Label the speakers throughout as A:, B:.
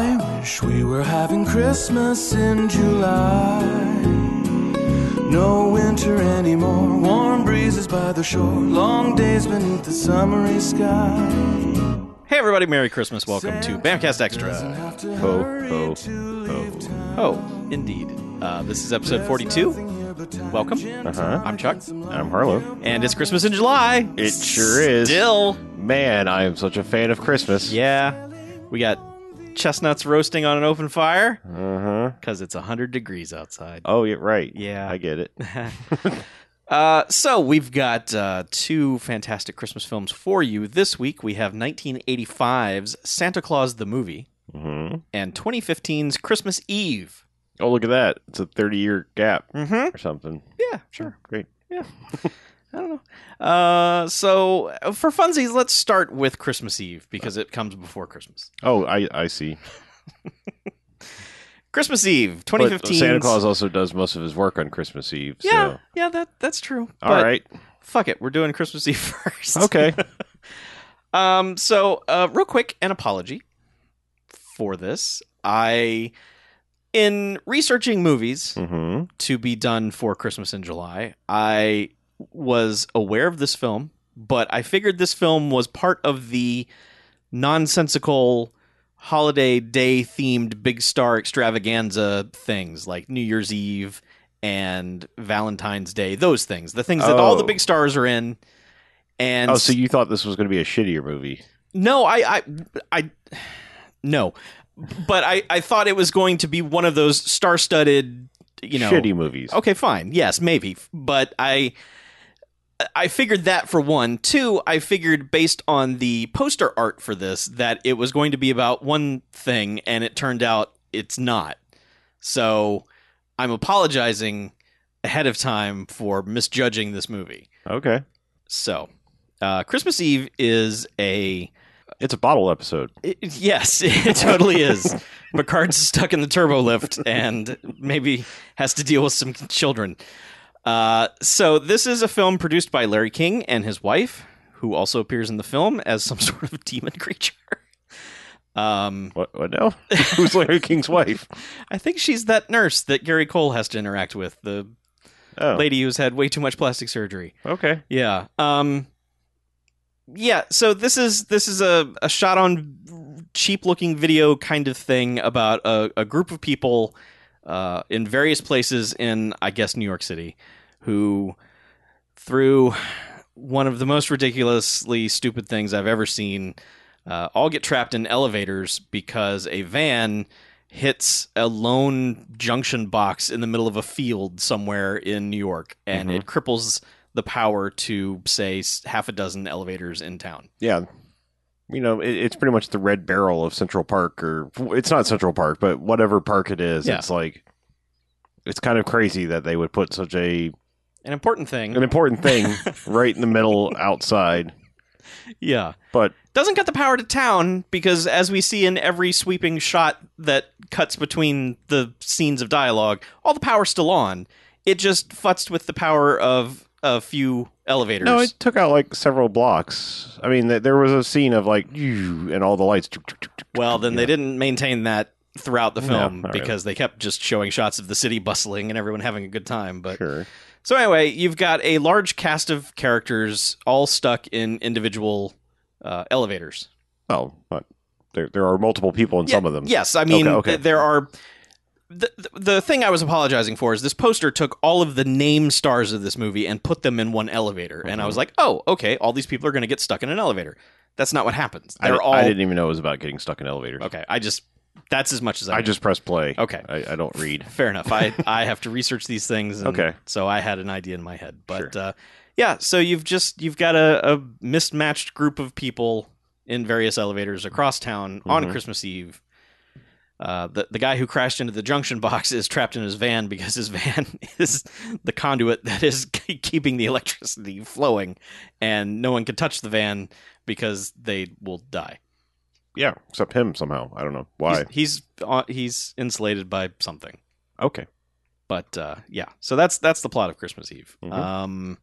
A: wish we were having Christmas in July. No winter anymore, warm breezes by the shore, long days beneath the summery sky.
B: Hey everybody, Merry Christmas. Welcome to Bamcast Extra.
A: Ho, ho, ho.
B: Oh, indeed. Uh, this is episode 42. Welcome.
C: Uh-huh.
B: I'm Chuck.
C: I'm Harlow.
B: And it's Christmas in July.
C: It sure is.
B: Still.
C: Man, I am such a fan of Christmas.
B: Yeah. We got chestnuts roasting on an open fire
C: Uh huh.
B: because it's 100 degrees outside.
C: Oh, yeah, right.
B: Yeah.
C: I get it.
B: Uh, so we've got uh, two fantastic Christmas films for you this week. We have 1985's Santa Claus the Movie
C: hmm
B: and 2015's Christmas Eve.
C: Oh, look at that. It's a 30 year gap
B: Mm-hmm.
C: or something.
B: Yeah, sure.
C: Great.
B: I don't know. Uh, so uh, for funsies, let's start with Christmas Eve because it comes before Christmas.
C: Oh, I, I see.
B: Christmas Eve,
C: But
B: 2015.
C: Santa Claus also does most of his work on Christmas Eve. So.
B: Yeah, yeah, that that's true.
C: All right.
B: fuck it, we're doing Christmas Eve first.
C: Okay.
B: Um, so uh, real quick, an apology for this. I, in researching movies
C: hmm
B: to be done for Christmas in July, I was aware of this film, but I figured this film was part of the nonsensical holiday day themed big star extravaganza things like New Year's Eve and Valentine's Day, those things, the things that all the
C: Oh.
B: big stars are in. And
C: Oh, so you thought this was going to be a shittier movie?
B: no, I, I, I, no, but I, I thought it was going to be one of those star-studded, you know,
C: shitty movies.
B: Okay, fine. Yes, maybe. But I I figured that for one. Two, I figured based on the poster art for this that it was going to be about one thing and it turned out it's not. So I'm apologizing ahead of time for misjudging this movie.
C: Okay.
B: So, uh, Christmas Eve is a
C: It's a bottle episode.
B: it- yes, it totally is. Picard's stuck in the turbo lift and maybe has to deal with some children. Uh, so this is a film produced by Larry King and his wife, who also appears in the film as some sort of demon creature. Um,
C: What? What? No. Who's Larry King's wife?
B: I think she's that nurse that Gary Cole has to interact with, the
C: Oh.
B: lady who's had way too much plastic surgery.
C: Okay.
B: Yeah. Um Yeah, so this is this is a, a shot on cheap looking video kind of thing about a, a group of people uh, in various places in I guess New York City who through one of the most ridiculously stupid things I've ever seen uh, all get trapped in elevators because a van hits a lone junction box in the middle of a field somewhere in New York and
C: Mhm.
B: it cripples the power to say s- half a dozen elevators in town.
C: Yeah. You know, it, it's pretty much the red barrel of Central Park, or it's not Central Park, but whatever park it is.
B: Yeah.
C: It's like, it's kind of crazy that they would put such a
B: An important thing.
C: an important thing right in the middle outside.
B: yeah.
C: But
B: Doesn't cut the power to town because as we see in every sweeping shot that cuts between the scenes of dialogue, all the power's still on. It just futzed with the power of a few elevators.
C: no, it took out like several blocks. I mean, th- there was a scene of like, "Yew," and all the lights.
B: Well, then they didn't maintain that throughout the
C: No,
B: film
C: not really.
B: because they kept just showing shots of the city bustling and everyone having a good time. But
C: Sure.
B: so anyway, you've got a large cast of characters all stuck in individual uh, elevators.
C: Well, but there, there are multiple people in
B: Yeah,
C: some of them.
B: Yes, I mean
C: Okay, okay.
B: th- there are. The, the- the thing I was apologizing for is this poster took all of the name stars of this movie and put them in one elevator, and
C: Mm-hmm.
B: I was like, "Oh, okay, all these people are going to get stuck in an elevator." That's not what happens.
C: I,
B: They're
C: di-
B: all
C: I didn't even know it was about getting stuck in elevators.
B: okay. I just that's as much as I,
C: I
B: know.
C: just press play.
B: Okay.
C: I, I don't read.
B: Fair enough. I, I have to research these things. And
C: Okay.
B: So I had an idea in my head, but
C: Sure.
B: uh, yeah. So you've just you've got a, a mismatched group of people in various elevators across town on
C: Mhm.
B: Christmas Eve. Uh, the the guy who crashed into the junction box is trapped in his van because his van is the conduit that is keeping the electricity flowing, and no one can touch the van because they will die.
C: Yeah, except him somehow. I don't know why.
B: He's he's, uh, he's insulated by something.
C: Okay.
B: but uh, yeah, so that's that's the plot of Christmas Eve.
C: Mhm.
B: Um,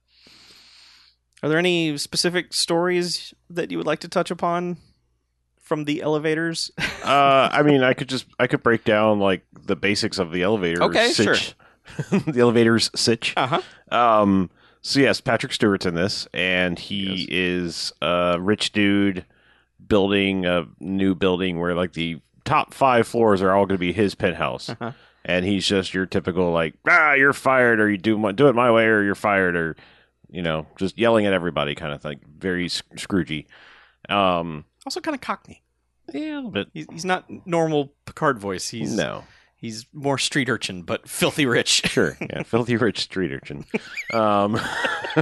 B: are there any specific stories that you would like to touch upon from the elevators?
C: Uh, I mean, I could just I could break down like the basics of the elevator.
B: Okay,
C: sitch. the elevator's sitch.
B: Uh huh.
C: Um. So yes, Patrick Stewart's in this, and he is a rich dude building a new building where like the top five floors are all going to be his penthouse,
B: Uh-huh.
C: and he's just your typical like ah, you're fired, or you do my, do it my way, or you're fired, or you know, just yelling at everybody kind of thing. Very sc- Scroogey. Um.
B: Also, kind of cockney.
C: Yeah, a little bit.
B: He's, he's not normal Picard voice. He's
C: no.
B: he's more street urchin, but filthy rich.
C: Sure. Yeah. Filthy rich street urchin. Um,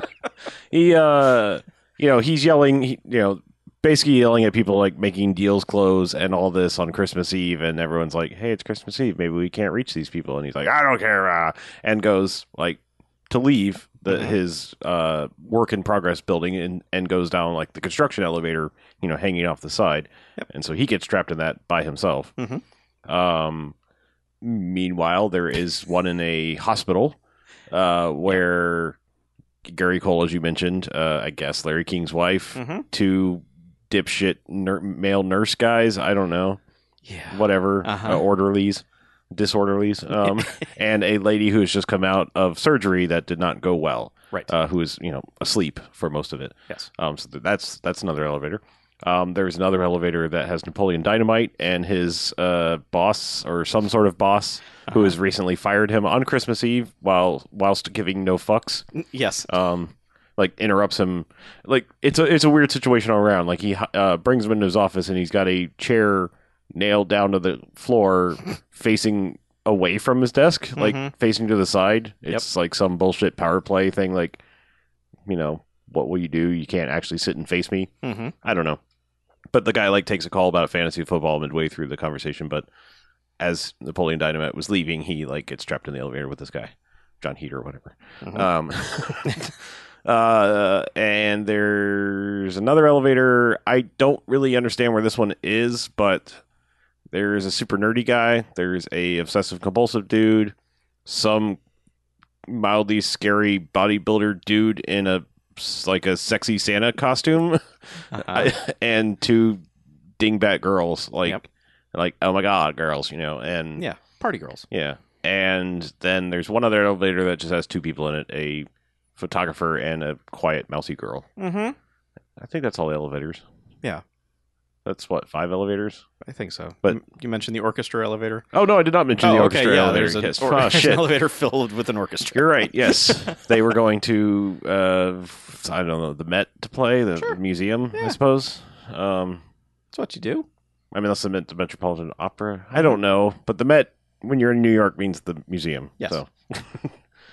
C: he, uh, you know, he's yelling, he, you know, basically yelling at people like making deals close and all this on Christmas Eve. And everyone's like, hey, it's Christmas Eve. Maybe we can't reach these people. And he's like, I don't care. Uh, and goes like to leave the,
B: Mhm.
C: his uh, work in progress building and, and goes down like the construction elevator, you know, hanging off the side.
B: Yep.
C: And so he gets trapped in that by himself.
B: Mhm.
C: Um, meanwhile, there is one in a hospital uh, where Gary Cole, as you mentioned, uh, I guess Larry King's wife,
B: Mhm.
C: two dipshit nur- male nurse guys, I don't know,
B: Yeah.
C: whatever,
B: Uh-huh.
C: uh, orderlies, disorderlies, um, and a lady who has just come out of surgery that did not go well,
B: Right.
C: uh, who is, you know, asleep for most of it.
B: yes.
C: Um, so th- that's that's another elevator. Um, there's another elevator that has Napoleon Dynamite and his uh, boss or some sort of boss who has recently fired him on Christmas Eve while whilst giving no fucks.
B: N- Yes.
C: Um, like interrupts him. Like it's a it's a weird situation all around. Like he uh, brings him into his office and he's got a chair nailed down to the floor facing away from his desk,
B: Mhm.
C: like facing to the side. It's like some bullshit power play thing. Like you know what will you do? You can't actually sit and face me.
B: Mm-hmm.
C: I don't know. But the guy like takes a call about fantasy football midway through the conversation, but as Napoleon Dynamite was leaving, he like gets trapped in the elevator with this guy, John Heater or whatever.
B: Mhm.
C: Um, uh, and there's another elevator. I don't really understand where this one is, but there's a super nerdy guy. There's a obsessive compulsive dude. Some mildly scary bodybuilder dude in a like a sexy Santa costume. Uh,
B: Uh-huh.
C: I- and two dingbat girls like
B: Yep.
C: like oh my god girls you know and
B: yeah. Party girls.
C: yeah and then there's one other elevator that just has two people in it a photographer and a quiet mousy girl
B: Mm-hmm.
C: i think that's all the elevators
B: Yeah.
C: that's what five elevators
B: I think so.
C: But-
B: You- you mentioned the orchestra elevator.
C: oh no i did not mention the orchestra elevator
B: There's an,
C: Yes.
B: or-
C: oh,
B: there's an
C: shit
B: elevator filled with an orchestra.
C: You're right. Yes, they were going to uh, I don't know the Met to play the
B: Sure.
C: museum,
B: Yeah.
C: I suppose. Um,
B: That's what you do.
C: I mean, that's the Met- the Metropolitan Opera.
B: Mm-hmm.
C: I don't know, but the Met, when you're in New York, means the museum.
B: Yes.
C: So.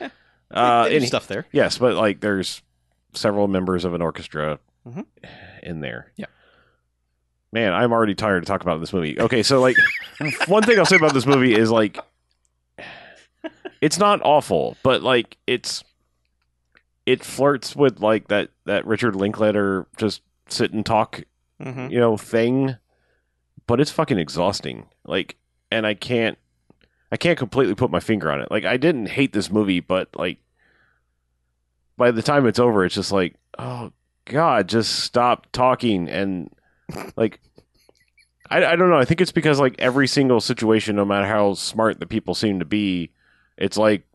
B: Uh,
C: uh, any,
B: stuff there.
C: yes, but like there's several members of an orchestra
B: Mhm.
C: in there.
B: Yeah.
C: Man, I'm already tired to talk about this movie. Okay, so like one thing I'll say about this movie is like it's not awful, but like it's it flirts with like that that Richard Linkletter just sit and talk
B: Mm-hmm.
C: you know thing but it's fucking exhausting like and i can't i can't completely put my finger on it like i didn't hate this movie but like by the time it's over it's just like oh god just stop talking and like I, I don't know i think it's because like every single situation no matter how smart the people seem to be it's like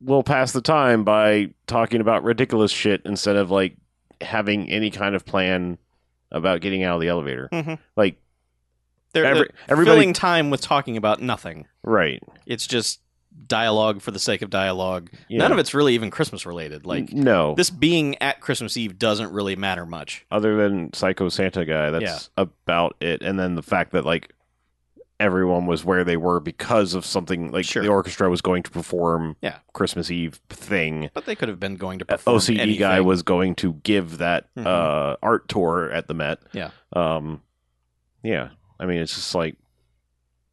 C: we'll pass the time by talking about ridiculous shit instead of like having any kind of plan about getting out of the elevator
B: Mhm.
C: like
B: They're,
C: every,
B: they're
C: everybody
B: filling time with talking about nothing.
C: right
B: It's just dialogue for the sake of dialogue.
C: yeah.
B: None of it's really even Christmas related. Like
C: N- no
B: this being at Christmas Eve doesn't really matter much.
C: other than psycho santa guy that's about it and then the fact that like everyone was where they were because of something like
B: Sure.
C: the orchestra was going to perform
B: Yeah.
C: christmas eve thing
B: But they could have been going to
C: Uh,
B: perform
C: ocd
B: anything.
C: guy was going to give that
B: Mhm.
C: uh art tour at the met
B: Yeah.
C: um yeah i mean it's just like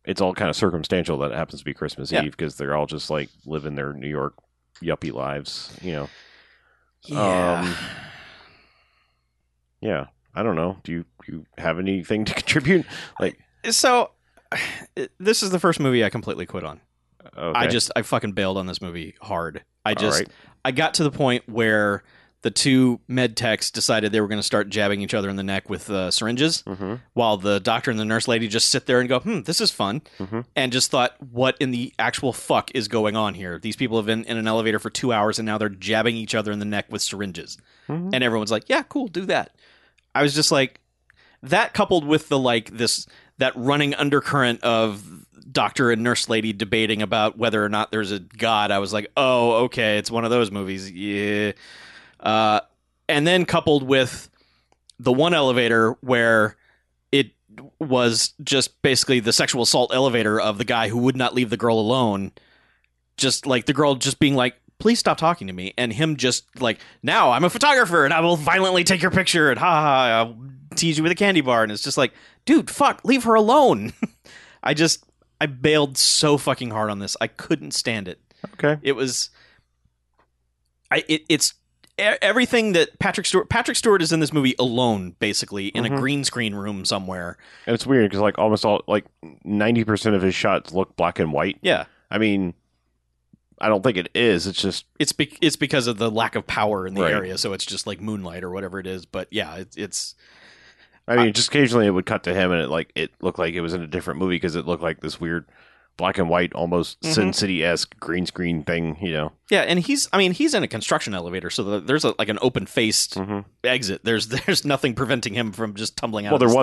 C: it's all kind of circumstantial that it happens to be christmas
B: Yeah.
C: eve because they're all just like living their new york yuppie lives you know
B: Yeah.
C: um, yeah i don't know do you you have anything to contribute
B: so this is the first movie I completely quit on.
C: okay.
B: I just I fucking bailed on this movie hard. I
C: All
B: just
C: right.
B: I got to the point where the two med techs decided they were going to start jabbing each other in the neck with uh, syringes,
C: Mm-hmm.
B: while the doctor and the nurse lady just sit there and go, "Hmm, this is fun,"
C: Mhm.
B: and just thought, "What in the actual fuck is going on here? These people have been in an elevator for two hours and now they're jabbing each other in the neck with syringes."
C: Mhm.
B: And everyone's like, "Yeah, cool, do that." I was just like, that coupled with the like this that running undercurrent of doctor and nurse lady debating about whether or not there's a god i was like oh okay it's one of those movies yeah uh, and then coupled with the one elevator where it was just basically the sexual assault elevator of the guy who would not leave the girl alone just like the girl just being like please stop talking to me and him just like now i'm a photographer and i will violently take your picture and ha ha, ha i'll tease you with a candy bar and it's just like dude fuck leave her alone i just i bailed so fucking hard on this i couldn't stand it
C: Okay.
B: it was, I it, it's e- everything that Patrick Stewart. Patrick Stewart is in this movie alone, basically in
C: Mhm.
B: a green screen room somewhere.
C: And it's weird because like almost all like ninety percent of his shots look black and white.
B: Yeah,
C: I mean, I don't think it is. It's just
B: it's be- it's because of the lack of power in the
C: Right.
B: area, so it's just like moonlight or whatever it is. But yeah, it, it's
C: I mean, just occasionally it would cut to him, and it like it looked like it was in a different movie because it looked like this weird black and white, almost
B: Mm-hmm.
C: Sin City esque green screen thing. You know,
B: yeah, and he's I mean he's in a construction elevator, so the, there's a, like an open faced
C: Mhm.
B: exit. There's there's nothing preventing him from just tumbling out.
C: well,
B: of
C: there
B: this-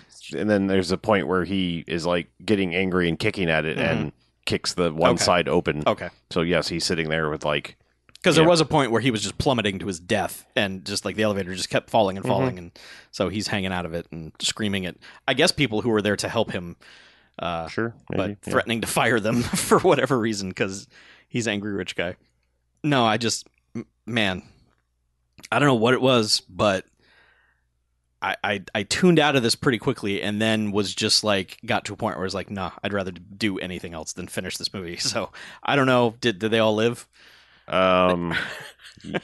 C: wasn't, and then there's a point where he is like getting angry and kicking at it, and kicks the one
B: Mm-hmm. Okay. Oh.
C: side open.
B: Okay,
C: So yes, he's sitting there with like,
B: because
C: Yeah.
B: there was a point where he was just plummeting to his death, and just like the elevator just kept falling
C: Mm-hmm.
B: and falling, and so he's hanging out of it and screaming at, I guess, people who were there to help him, uh,
C: sure,
B: but
C: maybe, yeah.
B: threatening to fire them for whatever reason because he's angry rich guy. No, I just m- man, I don't know what it was, but I, I I tuned out of this pretty quickly, and then was just like got to a point where I was like, nah, I'd rather do anything else than finish this movie. So I don't know. Did did they all live?
C: Um, y-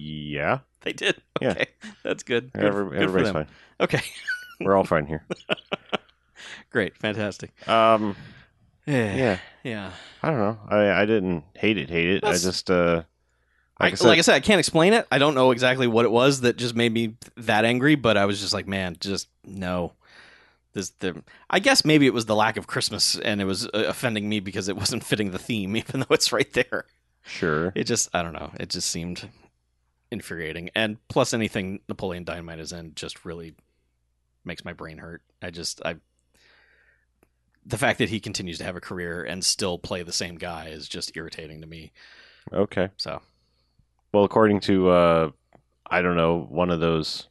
C: yeah,
B: They did.
C: Yeah.
B: Okay, that's good. Good,
C: Every,
B: good for
C: everybody's
B: them.
C: fine.
B: Okay,
C: We're all fine here.
B: great, fantastic.
C: Um,
B: Yeah,
C: yeah,
B: yeah.
C: I don't know. I I didn't hate it, hate it.
B: That's-
C: I just uh,
B: I, like I said, I can't explain it. I don't know exactly what it was that just made me that angry, but I was just like, man, just no. This, the, I guess maybe it was the lack of Christmas, and it was uh, offending me because it wasn't fitting the theme, even though it's right there.
C: sure.
B: It just, I don't know. It just seemed infuriating, and plus anything Napoleon Dynamite is in just really makes my brain hurt. I just, I, the fact that he continues to have a career and still play the same guy is just irritating to me.
C: Okay.
B: So
C: Well, according to uh, I don't know one of those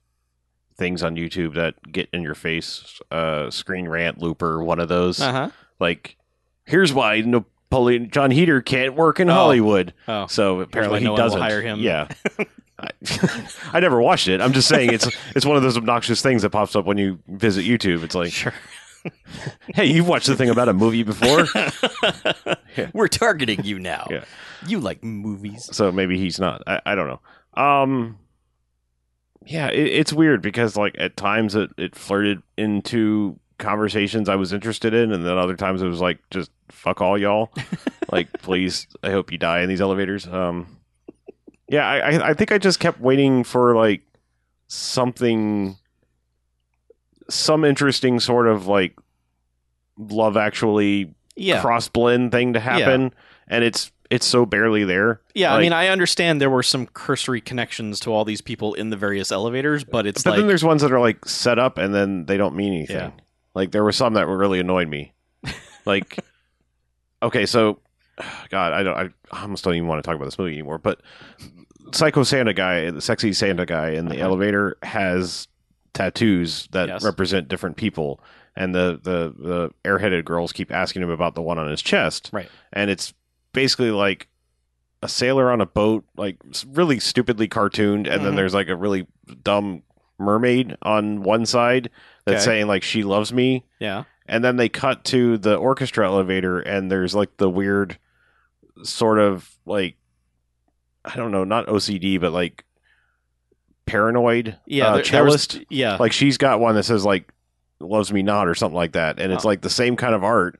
C: things on YouTube that get in your face, uh, screen rant looper, one of those.
B: huh.
C: Like, here's why Napoleon John Heater can't work in
B: Oh.
C: Hollywood.
B: Oh,
C: So
B: why
C: apparently
B: no
C: he
B: one will
C: doesn't
B: hire him.
C: Yeah. I, I never watched it. I'm just saying it's it's one of those obnoxious things that pops up when you visit YouTube. It's like,
B: sure.
C: hey, you've watched the thing about a movie before,
B: We're targeting you now.
C: Yeah.
B: You like movies.
C: so maybe he's not. I, I don't know. Um, yeah, it, it's weird because like at times it, it flirted into conversations I was interested in, and then other times it was like just fuck all y'all. like please, I hope you die in these elevators. Um, yeah, I I, I think I just kept waiting for like something, some interesting sort of like love actually
B: Yeah.
C: cross blend thing to happen, and it's it's so barely there.
B: yeah. I
C: Like-
B: mean, I understand there were some cursory connections to all these people in the various elevators, but it's
C: but
B: like,
C: then there's ones that are like set up and then they don't mean anything.
B: Yeah.
C: Like there were some that were really annoyed me. Like, okay, so God, I don't, I almost don't even want to talk about this movie anymore. But Psycho Santa guy, the sexy Santa guy in the
B: Uh-huh.
C: elevator has tattoos that
B: Yes.
C: represent different people, and the the the airheaded girls keep asking him about the one on his chest,
B: Right.
C: And it's basically like a sailor on a boat, like s- really stupidly cartooned, and then
B: Mhm.
C: there's like a really dumb mermaid on one side that's
B: Okay.
C: saying like she loves me,
B: yeah.
C: and then they cut to the orchestra elevator, and there's like the weird sort of like I don't know, not OCD, but like paranoid
B: Yeah.
C: uh,
B: there- there was-
C: cellist.
B: yeah.
C: like she's got one that says like loves me not or something like that, and it's
B: Oh.
C: like the same kind of art.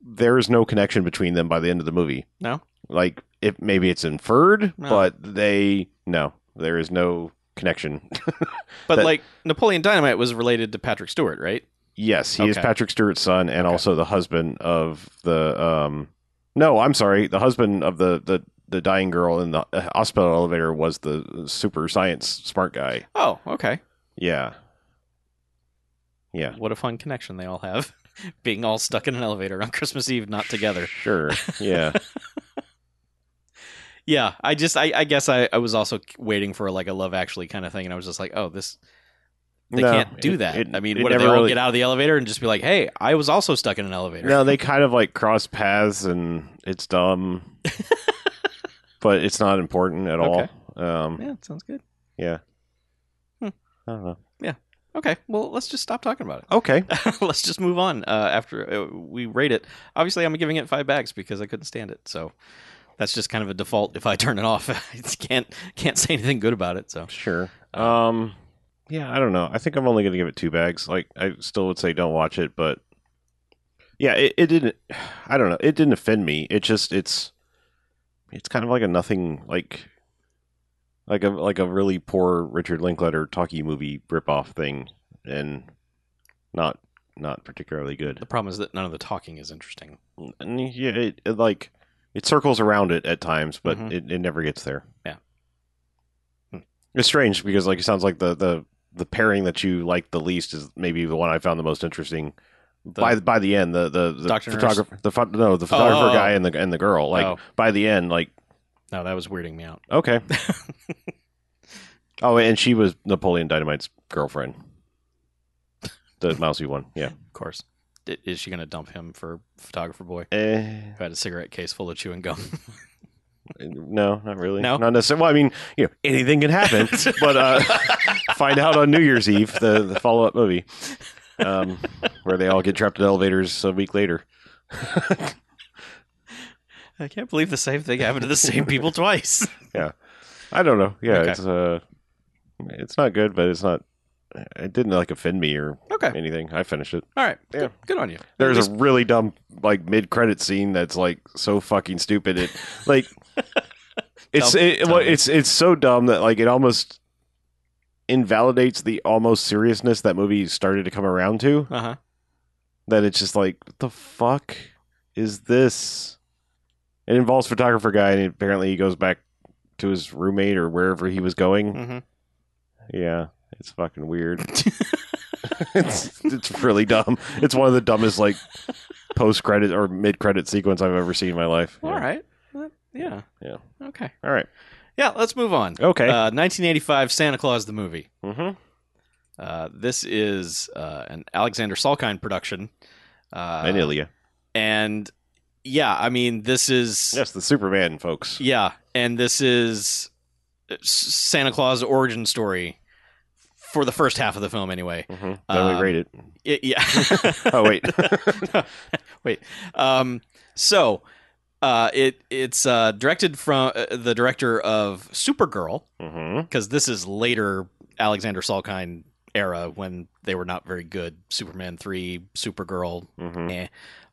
C: There is no connection between them by the end of the movie.
B: No?
C: like if maybe it's inferred,
B: No.
C: but they no. There is no connection.
B: But
C: That-
B: like Napoleon Dynamite was related to Patrick Stewart, right?
C: yes, he is
B: Okay.
C: Patrick Stewart's son and also the husband of the um no, I'm sorry, the husband of the the the dying girl in the uh, hospital elevator was the super science smart guy.
B: Oh, okay.
C: Yeah. Yeah.
B: What a fun connection they all have. Being all stuck in an elevator on Christmas Eve, not together.
C: Sure. Yeah.
B: Yeah, I just, I, I guess I, I was also waiting for like a Love Actually kind of thing, and I was just like, oh, this, they
C: No,
B: can't do
C: it-
B: that.
C: it-
B: I mean,
C: it
B: what do they
C: never
B: all
C: really-
B: get out of the elevator and just be like, hey, I was also stuck in an elevator?
C: No, they kind of like cross paths, and it's dumb, but it's not important at all. Um,
B: Yeah, sounds good.
C: I don't know.
B: Okay, well, let's just stop talking about
C: Okay,
B: it. let's just move on uh, after uh, we rate it. Obviously, I'm giving it five bags because I couldn't stand it. So that's just kind of a default. If I turn it off, I just can't can't say anything good about it. So
C: sure. Um, yeah, I don't know. I think I'm only going to give it two bags. Like, I still would say don't watch it, but yeah, it, it didn't. I don't know. It didn't offend me. It just it's it's kind of like a nothing like like a like a really poor Richard Linklater talkie movie ripoff thing, and not not particularly good.
B: the problem is that none of the talking is interesting.
C: And yeah, it, it like it circles around it at times, but
B: Mhm.
C: it, it never gets there.
B: Yeah. Hmm.
C: It's strange because like it sounds like the the the pairing that you like the least is maybe the one I found the most interesting. by the, by the end, the the, the
B: Doctor Nurse?
C: photographer, the pho- no, the photographer
B: oh, oh.
C: guy and the and the girl. Like
B: Oh.
C: by the end, like
B: No, that was weirding me out.
C: okay. oh, and she was Napoleon Dynamite's girlfriend, the mousy one. Yeah.
B: Of course, I- is she going to dump him for photographer boy
C: Eh.
B: who had a cigarette case full of chewing gum?
C: No, not really.
B: No?
C: not necessarily. Well, I mean, you know, anything can happen. but uh, find out on New Year's Eve, the, the follow up movie, um, where they all get trapped in elevators a week later.
B: I can't believe the same thing happened to the same people twice.
C: I don't know. Yeah,
B: Okay.
C: it's uh, it's not good, but it's not. It didn't like offend me or
B: Okay,
C: anything. I finished it.
B: all right,
C: Yeah.
B: good, good on you.
C: There's
B: At least-
C: a really dumb like mid credit scene that's like so fucking stupid. It like it's
B: Tell-
C: it,
B: tell
C: well,
B: me.
C: it's it's so dumb that like it almost invalidates the almost seriousness that movie started to come around to.
B: uh-huh.
C: That it's just like what the fuck is this? It involves photographer guy and apparently he goes back to his roommate or wherever he was going.
B: hmm
C: Yeah, it's fucking weird. it's it's really dumb. It's one of the dumbest like post credit or mid credit sequence I've ever seen in my life.
B: All right. Well, Yeah.
C: Yeah.
B: Okay.
C: All right.
B: Yeah, let's move on.
C: Okay.
B: Uh, 1985 Santa Claus the movie.
C: mm-hmm.
B: Uh, this is uh, an Alexander Salkind production. Uh,
C: and Ilya.
B: and, yeah, I mean, this is.
C: Yes, the Superman folks.
B: Yeah. And this is S- Santa Claus origin story for the first half of the film, anyway.
C: Mm-hmm. Then
B: Um,
C: we rate it.
B: It- yeah.
C: Oh wait.
B: Wait. Um, so uh, it it's uh, directed from uh, the director of Supergirl
C: mm-hmm.
B: because this is later Alexander Salkind era when they were not very good. Superman three, Supergirl.
C: Mm-hmm.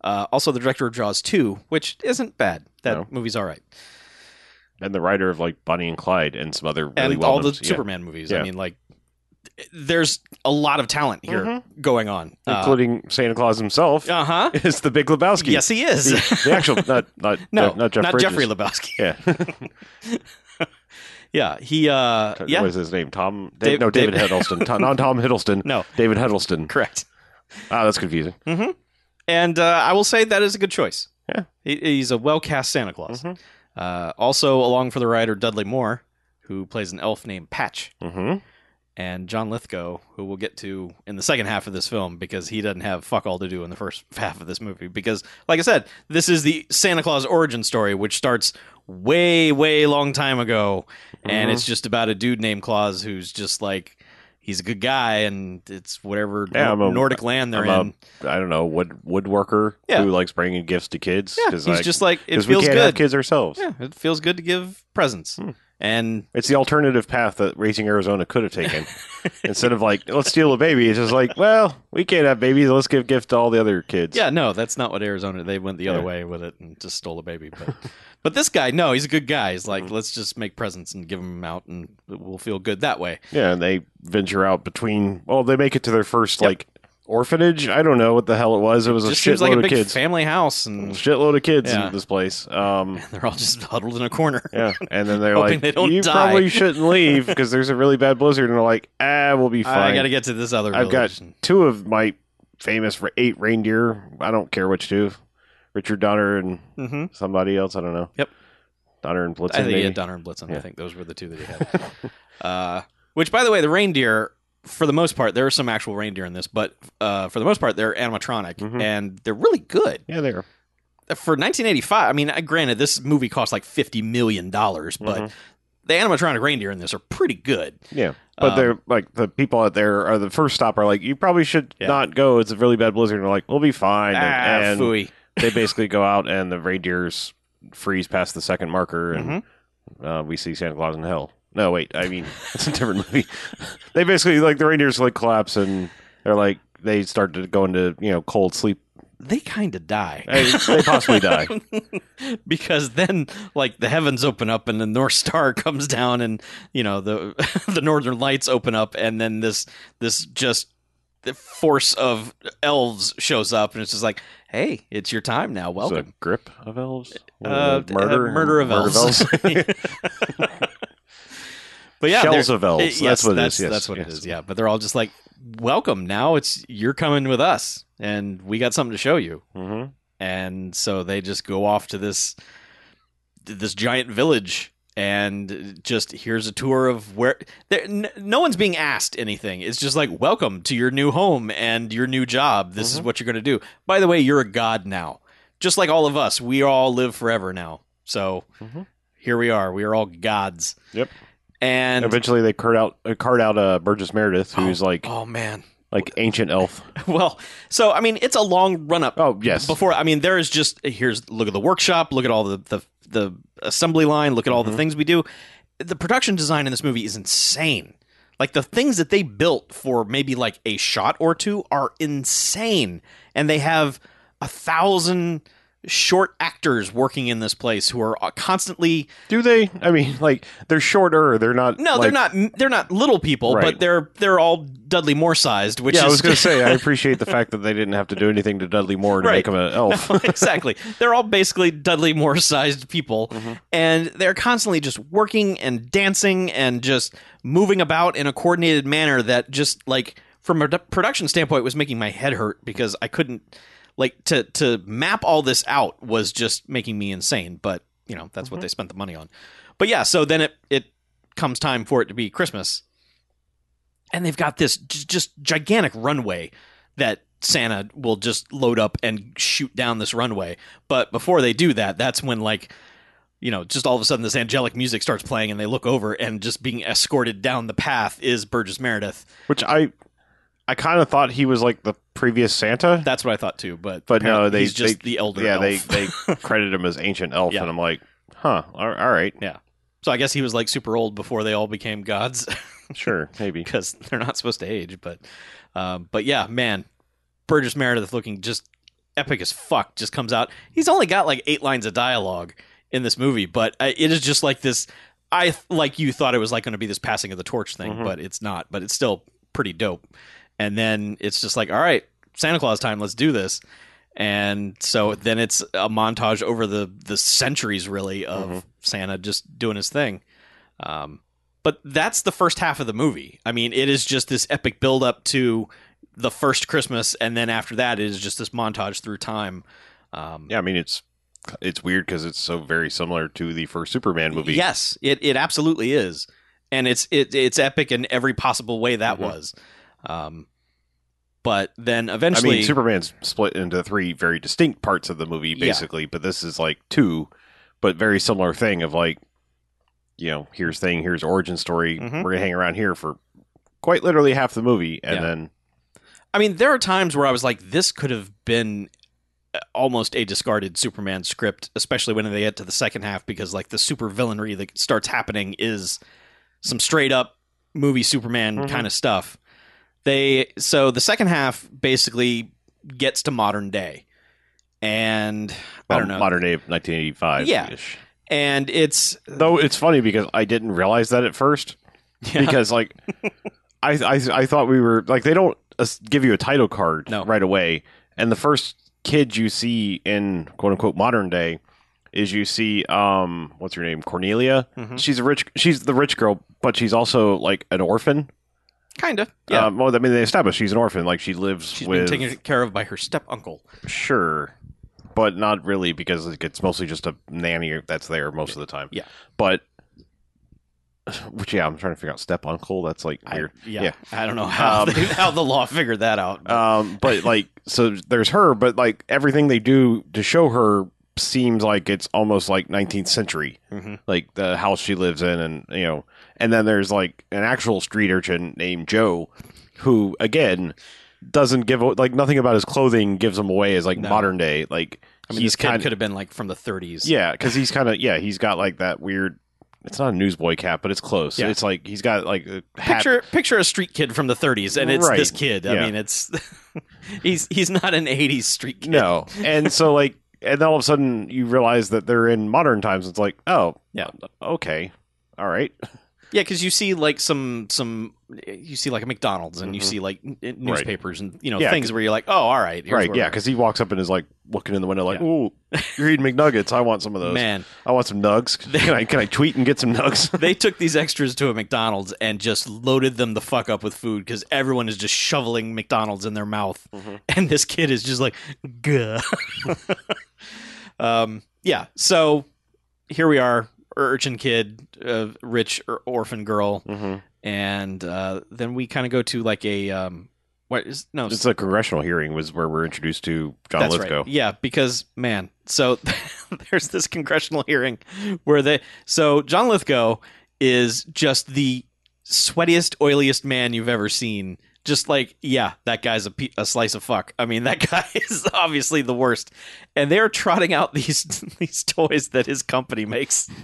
B: Uh, also, the director of Jaws two, which isn't bad. That
C: No.
B: movie's all right,
C: And the writer of like Bonnie and Clyde and some other really
B: and all the
C: well-known- yeah.
B: Superman movies. I
C: Yeah.
B: mean, like there's a lot of talent here going on,
C: Mm-hmm. including Santa Claus himself,
B: Uh huh.
C: is the Big Lebowski.
B: Yes, he is.
C: the, the actual not not
B: no,
C: Jeff- not Jeff Bridges.
B: Jeffrey Lebowski.
C: yeah.
B: Yeah, he. uh Yeah,
C: What is his name? Tom? Da-
B: Dave-
C: no, David
B: Dave-
C: Hiddleston. Tom, not Tom Hiddleston.
B: No.
C: David Hiddleston.
B: correct.
C: Ah, that's confusing.
B: And uh, I will say that is a good choice.
C: Yeah.
B: He, he's a well cast Santa Claus.
C: Mhm.
B: Uh, also, along for the ride are Dudley Moore, who plays an elf named Patch,
C: Mm-hmm.
B: and John Lithgow, who we'll get to in the second half of this film because he doesn't have fuck all to do in the first half of this movie. Because, like I said, this is the Santa Claus origin story, which starts way, way long time ago. And
C: Mhm.
B: it's just about a dude named Claus who's just like. He's a good guy, and it's whatever
C: Yeah, I'm a-
B: Nordic land they're
C: I'm a-
B: in.
C: I don't know wood woodworker
B: Yeah.
C: who likes bringing gifts to kids.
B: Yeah,
C: 'cause
B: he's
C: I-
B: just like it
C: 'cause
B: feels
C: we can't
B: good.
C: Have kids ourselves.
B: Yeah, it feels good to give presents.
C: Hmm.
B: and
C: It's the alternative path that Raising Arizona could have taken. Instead of like, let's steal a baby, it's just like, well, we can't have babies. Let's give gift to all the other kids.
B: yeah, no, that's not what Arizona. They went the other
C: Yeah.
B: way with it and just stole a baby. But but this guy, no, he's a good guy. He's like,
C: Mhm.
B: let's just make presents and give them out, and we'll feel good that way.
C: Yeah, and they venture out between. Well, they make it to their first
B: Yep.
C: like orphanage. I don't know what the hell it was. It was a
B: just
C: shitload
B: seems like a
C: of
B: big
C: kids.
B: family house, and
C: shitload of kids
B: Yeah.
C: in this place. Um,
B: they're all just huddled in a corner.
C: yeah, and then they're
B: Hoping
C: like,
B: they don't
C: "You
B: die."
C: probably shouldn't leave because there's a really bad blizzard." And they're like, "Ah, we'll be fine."
B: I got to get to this other.
C: I've got-
B: village.
C: Two of my famous re- eight reindeer. I don't care which two. Richard Donner and
B: Mm-hmm.
C: somebody else. I don't know.
B: Yep.
C: Donner and Blitzen.
B: I think he
C: maybe.
B: had Donner and Blitzen. I
C: Yeah.
B: think those were the two that he had. uh, which, by the way, the reindeer, for the most part, there are some actual reindeer in this, but uh, for the most part, they're animatronic
C: Mhm.
B: and they're really good
C: Yeah, there.
B: for 1985. I mean, I- granted, this movie cost like 50 million dollars, but
C: Mhm.
B: the animatronic reindeer in this are pretty good.
C: Yeah. But
B: Um,
C: they're like the people out there are the first stop are like, you probably should
B: Yeah.
C: not go. It's a really bad blizzard. And they're like, we'll be fine.
B: ah,
C: and and
B: phooey.
C: they basically go out and the reindeers freeze past the second marker and
B: Mhm.
C: uh, we see Santa Claus in hell. No, wait. I mean, it's a different movie. they basically like the reindeers like collapse and they're like they start to go into you know cold sleep.
B: They kind of die.
C: They, they possibly die.
B: because then like the heavens open up and the north star comes down and you know the the northern lights open up and then this this just the force of elves shows up and it's just like hey it's your time now
C: It's a
B: welcome
C: grip of elves.
B: Uh,
C: Or murder,
B: uh, murder of elves but yeah
C: Shells
B: they're-
C: of elves.
B: eh,
C: Oh, that's
B: yes,
C: what it
B: that's,
C: is. Yes,
B: that's what it
C: yes.
B: is yeah but they're all just like welcome now it's you're coming with us and we got something to show you
C: hmm
B: and so they just go off to this this giant village and just here's a tour of where there, n- no one's being asked anything it's just like welcome to your new home and your new job this is
C: Mhm.
B: what you're going to do by the way you're a god now just like all of us we all live forever now so
C: Mhm.
B: here we are we are all gods
C: Yep.
B: and
C: Eventually, they cart out uh, cart out uh, Burgess Meredith, who's like
B: oh man
C: like ancient elf.
B: well so i mean it's a long run up
C: Oh yes,
B: before i mean there is just here's look at the workshop look at all the the, the assembly line look at all the
C: Mhm.
B: things we do the production design in this movie is insane like the things that they built for maybe like a shot or two are insane and they have a thousand short actors working in this place who are uh, constantly
C: do they? I mean, like they're shorter. They're not.
B: no
C: like-
B: they're not they're not little people but
C: Right.
B: they're they're all dudley moore sized which
C: Yeah,
B: is
C: I was gonna say I appreciate the fact that they didn't have to do anything to Dudley Moore to
B: Right.
C: make him an elf.
B: exactly. They're all basically Dudley Moore sized people,
C: Mhm.
B: and they're constantly just working and dancing and just moving about in a coordinated manner that just like from a d- production standpoint was making my head hurt because I couldn't like to to map all this out was just making me insane. But you know that's what they spent the money on. But yeah, so then it it comes time for it to be Christmas, and they've got this j- just gigantic runway that Santa will just load up and shoot down this runway. But before they do that, that's when like you know, just all of a sudden this angelic music starts playing and they look over and just being escorted down the path is Burgess Meredith.
C: Which I, I kind of thought he was like the previous Santa.
B: That's what I thought too, but
C: But no,
B: apparently
C: they-
B: he's just
C: they-
B: the elder
C: yeah, they
B: elf.
C: they credit him as ancient elf,
B: Yeah.
C: and I'm like, huh, all, all right,
B: so I guess he was like super old before they all became gods
C: sure, maybe.
B: because they're not supposed to age, but um, but yeah, man, Burgess Meredith looking just epic as fuck just comes out. He's only got like eight lines of dialogue in this movie, but I, it is just like this. I like you thought it was like going to be this passing of the torch thing,
C: Mhm.
B: but it's not. But it's still pretty dope. And then it's just like, all right, Santa Claus time, let's do this. And so
C: Mm-hmm.
B: then it's a montage over the the centuries really of
C: Mhm.
B: Santa just doing his thing. Um, but that's the first half of the movie. I mean, it is just this epic build up to the first Christmas, and then after that, it is just this montage through time. Um,
C: Yeah, I mean it's it's weird because it's so very similar to the first Superman movie.
B: Yes, it, it absolutely is, and it's it it's epic in every possible way that
C: Mhm.
B: was. Um, but then
C: I
B: eventually,
C: mean, Superman's split into three very distinct parts of the movie,
B: Yeah.
C: basically, but this is like two, but very similar thing of like, you know, here's thing, here's origin story.
B: Mhm.
C: We're gonna hang around here for quite literally half the movie, and
B: Yeah.
C: then
B: I mean, there are times where I was like, this could have been almost a discarded Superman script, especially when they get to the second half, because like the super villainry that starts happening is some straight up movie Superman
C: Mhm.
B: kind of stuff. They so the second half basically gets to modern day, and I don't know,
C: um, Modern day 1985.
B: Yeah. and it's
C: Though it's funny because I didn't realize that at first. because like I, I I thought we were like they don't uh, give you a title card
B: No.
C: right away, and the first kid you see in quote unquote modern day is you see um what's her name Cornelia.
B: Mhm.
C: She's a rich she's the rich girl, but she's also like an orphan.
B: kind of yeah,
C: Um, well, I mean they established she's an orphan, like she lives
B: she's
C: with
B: being taken care of by her step uncle.
C: Sure, but not really because like, it's mostly just a nanny that's there most of the time.
B: Yeah.
C: but which yeah, I'm trying to figure out step uncle. That's like weird.
B: yeah,
C: Yeah.
B: I don't know how
C: Um,
B: they- how the law figured that out. but-
C: Um, but like so, there's her, but like everything they do to show her seems like it's almost like 19th century,
B: Mhm.
C: like the house she lives in, and you know, and then there's like an actual street urchin named Joe, who again doesn't give a- like nothing about his clothing gives him away as like
B: No.
C: modern day like
B: I mean,
C: he's
B: this kid
C: kind of
B: could have been like from the 30s.
C: Yeah, because he's kind of yeah, he's got like that weird. It's not a newsboy cap, but it's close.
B: Yeah.
C: It's like he's got like a hat.
B: Picture picture a street kid from the 30s, and it's
C: Right.
B: this kid. I
C: Yeah.
B: mean, it's he's he's not an 80s street kid.
C: No, and so like, and then all of a sudden you realize that they're in modern times. It's like, oh,
B: Yeah.
C: okay, all right,
B: Yeah, because you see like some some you see like a McDonald's, and you
C: Mhm.
B: see like n- newspapers and you know
C: Yeah,
B: things where you're like, oh, all right, here's
C: right,
B: where
C: yeah,
B: we're-
C: because he walks up and is like looking in the window, like,
B: Yeah.
C: ooh, you're eating McNuggets. I want some of those.
B: man,
C: I want some nugs. Can I can I tweet and get some nugs?
B: they took these extras to a McDonald's and just loaded them the fuck up with food because everyone is just shoveling McDonald's in their mouth,
C: Mhm.
B: and this kid is just like, "Gah." um, yeah. So here we are, urchin kid, uh, rich or- orphan girl,
C: hmm
B: and uh, then we kind of go to like a um, what is no
C: It's a congressional hearing was where we're introduced to John
B: that's
C: Lithgow.
B: right. Yeah, because man, so there's this congressional hearing where they so John Lithgow is just the sweatiest, oiliest man you've ever seen. Just like, yeah, that guy's a, pe- a slice of fuck. I mean, that guy is obviously the worst. And they're trotting out these these toys that his company makes.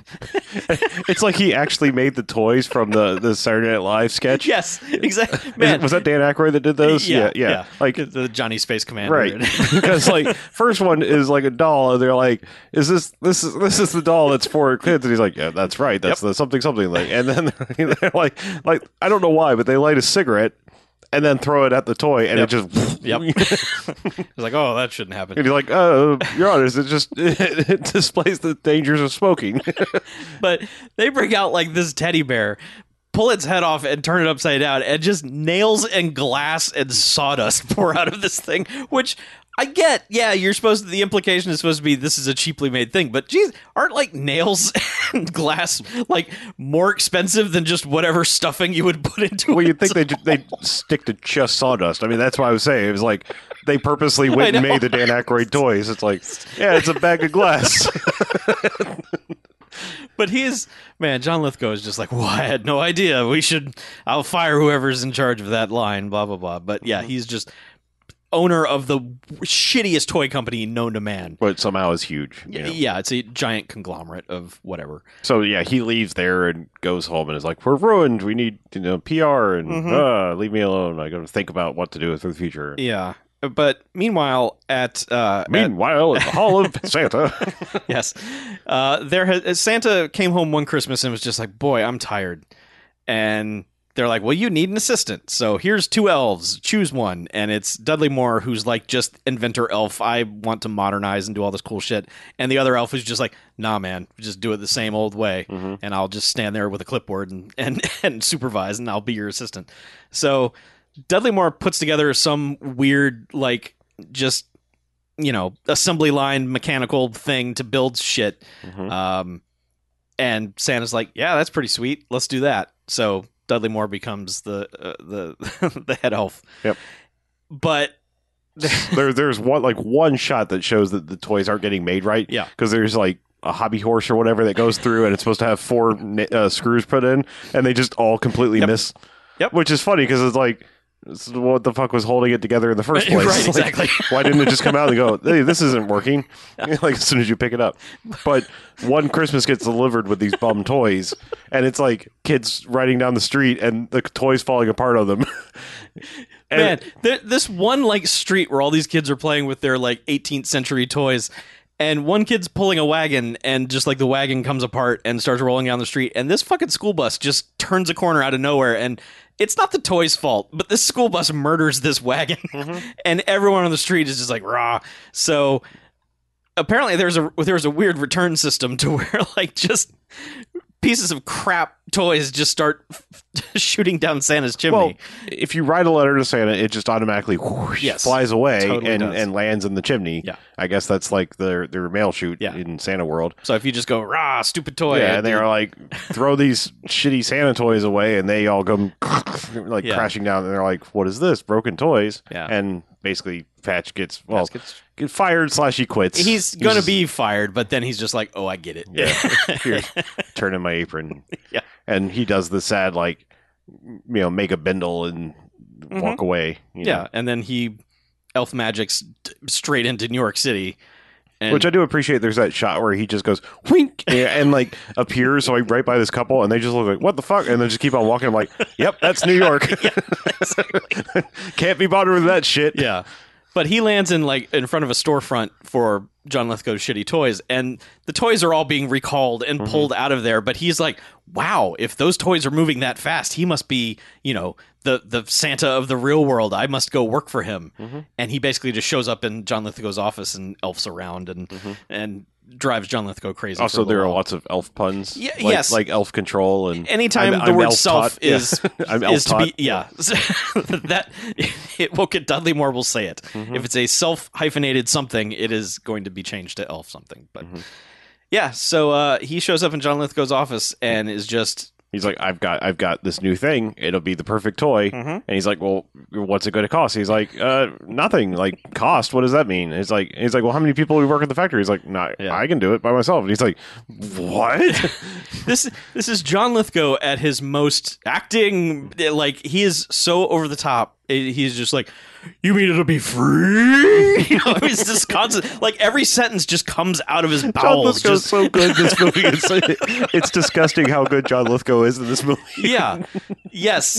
C: It's like he actually made the toys from the the Saturday Night Live sketch.
B: Yes, exactly. Man,
C: was that Dan Aykroyd that did those? yeah. Like
B: the Johnny Space Commander.
C: right because like first one is like a doll and they're like is this this is this is the doll that's for kids and he's like yeah that's right that's the something something like and then they're, like like i don't know why but they light a cigarette and then throw it at the toy and it just
B: Yep. it's like, oh, that shouldn't happen.
C: and you're like oh your honors it just it, displays the dangers of smoking
B: but they bring out like this teddy bear pull its head off and turn it upside down and just nails and glass and sawdust pour out of this thing which i get yeah you're supposed to the implication is supposed to be this is a cheaply made thing but geez aren't like nails and glass like more expensive than just whatever stuffing you would put into
C: well
B: it
C: you'd think they they stick to just sawdust i mean that's why i was saying it was like they purposely went
B: I
C: and
B: know.
C: made the Dan Aykroyd toys. It's like, yeah, it's a bag of glass.
B: but he's man john lithgow is just like well i had no idea we should i'll fire whoever's in charge of that line blah blah blah but yeah he's just owner of the shittiest toy company known to man
C: but somehow is huge. you
B: yeah,
C: know?
B: it's a giant conglomerate of whatever
C: So yeah, he leaves there and goes home and is like, "We're ruined. We need you know PR and uh, leave me alone. I got to think about what to do for the future."
B: yeah but meanwhile at uh at-
C: Meanwhile, at the Hall of Santa,
B: yes uh there has santa came home one christmas and was just like boy i'm tired and they're like well you need an assistant so here's two elves choose one and it's dudley moore who's like just inventor elf i want to modernize and do all this cool shit and the other elf is just like nah man just do it the same old way
C: Mhm.
B: and i'll just stand there with a clipboard and and, and supervise and i'll be your assistant so dudley moore puts together some weird like just you know assembly line mechanical thing to build shit
C: Mhm.
B: um, and Santa's like, "Yeah, that's pretty sweet. Let's do that." So Dudley Moore becomes the uh, the the head elf.
C: Yep.
B: But
C: there there's one like one shot that shows that the toys aren't getting made right.
B: Yeah.
C: because there's like a hobby horse or whatever that goes through and it's supposed to have four ni- uh, screws put in, and they just all completely
B: Yep.
C: miss.
B: Yep.
C: Which is funny because it's like This is what the fuck was holding it together in the first place?
B: Right,
C: Like,
B: exactly.
C: why didn't it just come out and go, hey, this isn't working? Like as soon as you pick it up. But one Christmas gets delivered with these bum toys, and it's like kids riding down the street and the toys falling apart on them. And-
B: Man, th- this one like street where all these kids are playing with their like 18th century toys, and one kid's pulling a wagon, and just like the wagon comes apart and starts rolling down the street, and this fucking school bus just turns a corner out of nowhere, and it's not the toy's fault, but this school bus murders this wagon,
C: Mm-hmm.
B: and everyone on the street is just like rah. So apparently there's a there's a weird return system to where like just pieces of crap toys just start shooting down Santa's chimney.
C: Well, if you write a letter to Santa, it just automatically whoosh,
B: Yes.
C: flies away
B: Totally
C: and,
B: does.
C: and lands in the chimney.
B: Yeah.
C: I guess that's like their their mail chute
B: Yeah.
C: in Santa world.
B: So if you just go rah, stupid toy,
C: yeah, and they
B: it-
C: are like throw these shitty Santa toys away, and they all come like
B: Yeah.
C: crashing down. And they're like, "What is this? Broken toys?"
B: Yeah.
C: and basically Patch gets well
B: gets-
C: get fired slash he quits.
B: he's gonna
C: just-
B: be fired, but then he's just like, oh, I get it.
C: yeah, here, turn in my apron.
B: Yeah.
C: and he does the sad like you know make a bindle and walk away. you know?
B: Mm-hmm. Yeah, and then he elf magics d- straight into New York City, and
C: Which I do appreciate. There's that shot where he just goes wink and, and, like appears like right by this couple, and they just look like what the fuck, and they just keep on walking. I'm like, yep, that's New York. Can't be bothered with that shit.
B: yeah. But he lands in like in front of a storefront for John Lithgow's shitty toys, and the toys are all being recalled and
C: Mm-hmm.
B: pulled out of there. But he's like, "Wow, if those toys are moving that fast, he must be, you know, the the Santa of the real world. I must go work for him."
C: Mm-hmm.
B: And he basically just shows up in John Lithgow's office and elfs around and and drives John Lithgow crazy. for a
C: Mm-hmm. Also,
B: little
C: there are
B: while.
C: lots of elf puns.
B: Ye-
C: like,
B: yes.
C: like elf control and
B: Anytime
C: I'm-
B: the
C: I'm
B: word
C: elf
B: self
C: taught. Yeah.
B: is
C: I'm elf
B: is to be
C: taught.
B: yeah that it will get Dudley Moore will say it
C: Mm-hmm.
B: if it's a self hyphenated something it is going to be changed to elf something but
C: Mm-hmm.
B: yeah so uh, he shows up in John Lithgow's office and is just
C: He's like, I've got, I've got this new thing. It'll be the perfect toy. And he's like, Well, what's it going to cost? He's like, uh, Nothing. Like cost? What does that mean? He's like, he's like, Well, how many people do we work at the factory? He's like, Not.
B: Yeah.
C: I can do it by myself. And he's like, What?
B: this this is John Lithgow at his most acting like he is so over the top. Eh, He's just like, you mean it'll be free? You know, he's just constant. Like every sentence just comes out of his
C: John
B: bowels.
C: Lithgow's
B: Just,
C: so good. This movie, it's, it's disgusting how good John Lithgow is in this movie.
B: yeah, yes.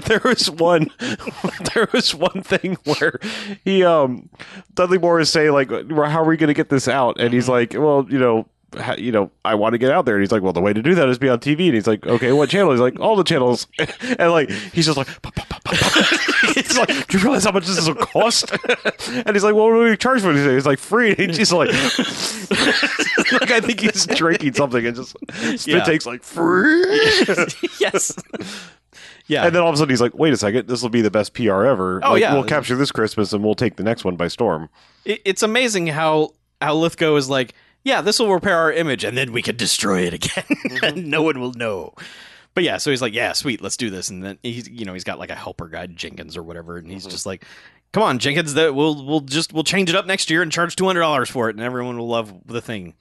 C: there was one there was one thing where he um Dudley Moore is saying like "Well, how are we going to get this out and
B: Mm-hmm.
C: he's like well you know ha- you know I want to get out there and he's like well the way to do that is be on TV and he's like okay what channel he's like all the channels and like he's just like "Pop, pop, pop, pop, pop." He's like, do you realize how much this will cost? and he's like, well, what do we charge for it? He's like, free. And he's like, like I think he's drinking something and just spit
B: Yeah.
C: takes like, free.
B: yes. Yeah.
C: And then all of a sudden he's like, "Wait a second, this will be the best PR ever.
B: Oh,
C: Like,
B: yeah.
C: we'll capture this Christmas and we'll take the next one by storm."
B: It- it's amazing how how Lithgow is like, yeah, this will repair our image, and then we can destroy it again, and no one will know. But yeah, so he's like, yeah, sweet, let's do this, and then he's you know he's got like a helper guy Jenkins or whatever, and he's just like, come on Jenkins, that we'll we'll just we'll change it up next year and charge two hundred dollars for it, and everyone will love the thing.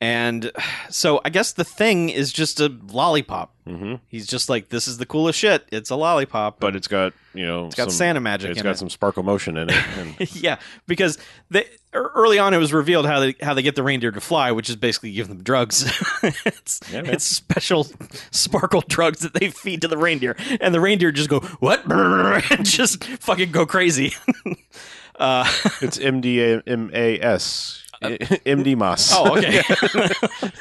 B: And so I guess the thing is just a lollipop.
C: Mm-hmm.
B: He's just like, this is the coolest shit. It's a lollipop,
C: But it's got you know, it's
B: got Santa magic
C: It's
B: in
C: got
B: it.
C: some sparkle motion in it. And
B: yeah, because they, ear- early on it was revealed how they how they get the reindeer to fly, which is basically give them drugs. it's,
C: Yeah, man.
B: it's special sparkle drugs that they feed to the reindeer, and the reindeer just go what and just fucking go crazy. uh,
C: it's MDMAS, MDMAS.
B: oh, okay.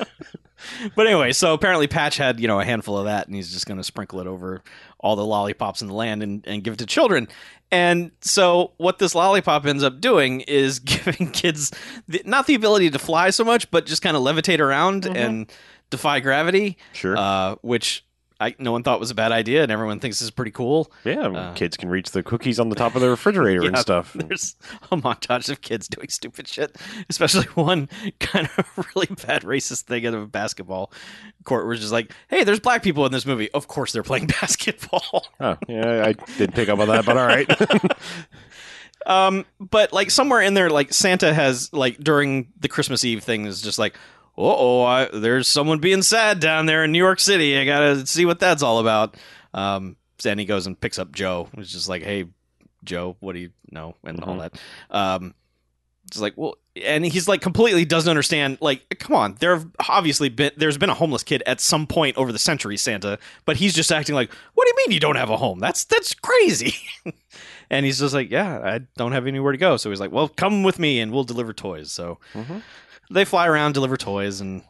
B: but anyway, so apparently Patch had you know a handful of that, and he's just going to sprinkle it over all the lollipops in the land and, and give it to children. And so what this lollipop ends up doing is giving kids the, not the ability to fly so much, but just kind of levitate around and defy gravity,
C: sure.
B: uh, which. I, no one thought was a bad idea, and everyone thinks is pretty cool.
C: yeah,
B: uh,
C: kids can reach the cookies on the top of the refrigerator and
B: Yeah,
C: stuff.
B: There's a montage of kids doing stupid shit, especially one kind of really bad racist thing out of a basketball court where it's just like, hey, there's black people in this movie. Of course they're playing basketball.
C: Oh, yeah, I didn't pick up on that, but all right.
B: Um, but like somewhere in there, like Santa has like during the Christmas Eve thing is just like, oh, I there's someone being sad down there in New York City. I gotta see what that's all about. Um, and he goes and picks up Joe. It's just like, hey, Joe, what do you know? And all
C: Mhm.
B: that. Um, it's like, well, and he's like completely doesn't understand. Like, come on, there have obviously been there's been a homeless kid at some point over the century, Santa, but he's just acting like, what do you mean you don't have a home? That's that's crazy. and he's just like, yeah, I don't have anywhere to go. So he's like, well, come with me and we'll deliver toys. So
C: Mhm.
B: they fly around, deliver toys, and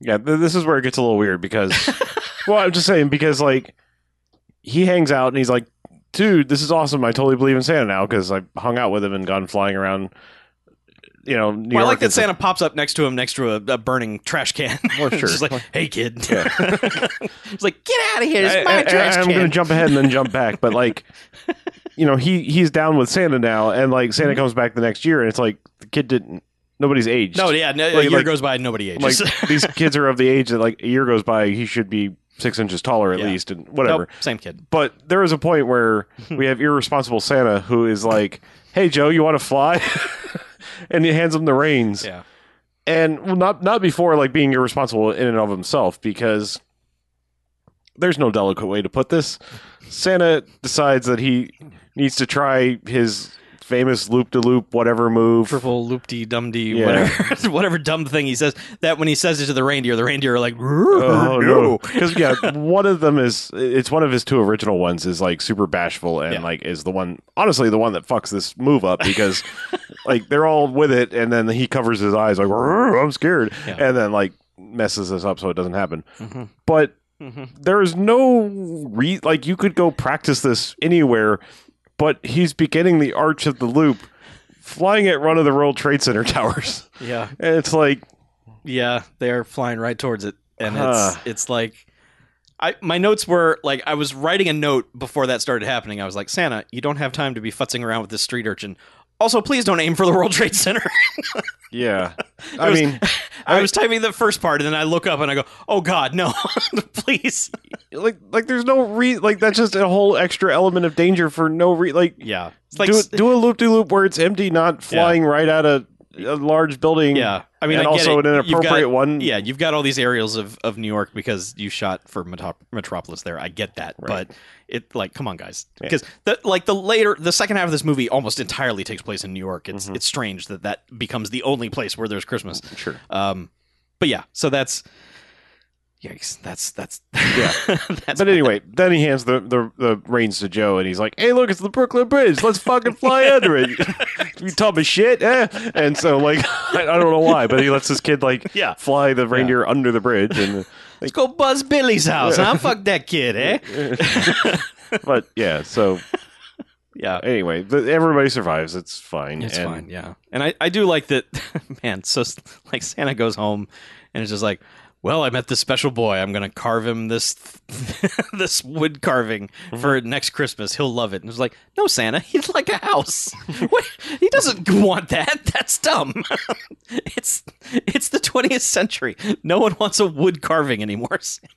C: Yeah, th- this is where it gets a little weird because, well, I'm just saying because like he hangs out and he's like, dude, this is awesome. I totally believe in Santa now because I hung out with him and gone flying around. You know, New
B: well, I
C: York
B: like that
C: and stuff.
B: Santa pops up next to him, next to a, a burning trash can.
C: Well,
B: It's
C: sure.
B: just like, hey, kid.
C: Yeah.
B: it's like, get out of here. It's
C: I,
B: my trash
C: am
B: can.
C: going to jump ahead and then jump back, but like, you know, he he's down with Santa now, and like Santa
B: Mm-hmm.
C: comes back the next year, and it's like the kid didn't. Nobody's aged.
B: no, yeah, no, a
C: Like-
B: year
C: like-
B: goes by and nobody
C: like
B: ages.
C: these kids are of the age that like a year goes by, he should be six inches taller at
B: Yeah.
C: least, and
B: Nope,
C: whatever.
B: same kid.
C: But there is a point where we have irresponsible Santa who is like, "Hey Joe, you want to fly?" and he hands him the reins.
B: Yeah.
C: And well, not not before like being irresponsible in and of himself because there's no delicate way to put this. Santa decides that he needs to try his famous loop de loop whatever move.
B: Triple loop de dum dee,
C: Yeah.
B: whatever, whatever dumb thing he says. That when he says it to the reindeer, the reindeer are like, Uh-huh.
C: Oh no! Because yeah, one of them is it's one of his two original ones is like super bashful and
B: Yeah.
C: like is the one honestly the one that fucks this move up because like they're all with it and then he covers his eyes like "Rrr, I'm scared
B: Yeah.
C: and then like messes this up so it doesn't happen.
B: Mhm.
C: But
B: Mhm.
C: there is no re like you could go practice this anywhere, but he's beginning the arch of the loop, flying at one of the World Trade Center towers,
B: Yeah,
C: and it's like
B: yeah, they're flying right towards it, and
C: Huh.
B: it's it's like. I, my notes were like I was writing a note before that started happening. I was like, Santa, you don't have time to be futzing around with this street urchin. Also, please don't aim for the World Trade Center.
C: yeah. I
B: was-
C: mean.
B: I was typing the first part, and then I look up and I go, "Oh God, no! Please!"
C: like like there's no re like that's just a whole extra element of danger for no re like,
B: Yeah, it's like,
C: do do a loop de loop where it's empty, not flying right at a, a large building.
B: yeah. I mean,
C: and
B: I get
C: also
B: it.
C: an
B: You've got-
C: inappropriate one.
B: Yeah, you've got all these aerials of, of New York because you shot for Metop- Metropolis there. I get that,
C: Right.
B: but it like, come on, guys, because the like the later the second half of this movie almost entirely takes place in New York.
C: Mm-hmm.
B: It's it's strange that that becomes the only place where there's Christmas.
C: sure.
B: Um, but yeah, so that's yikes. That's that's
C: Yeah.
B: that's
C: But anyway, then he hands the, the the reins to Joe, and he's like, "Hey, look, it's the Brooklyn Bridge. Let's fucking fly under it. you tub of shit." Eh? And so, like, I, I don't know why, but he lets his kid like
B: Yeah.
C: fly the reindeer under the bridge, and
B: let's go buzz Billy's house. huh? Fuck that kid, eh?
C: but yeah. So
B: Yeah.
C: anyway, the, everybody survives. It's fine.
B: It's
C: and,
B: fine, yeah. And I, I do like that, man. So, like, Santa goes home and it's just like, well, I met this special boy. I'm going to carve him this this wood carving
C: Mm-hmm.
B: for next Christmas. He'll love it. And it's like, no, Santa, he'd like a house. what? He doesn't want that. That's dumb. it's it's the 20th century. No one wants a wood carving anymore. Santa.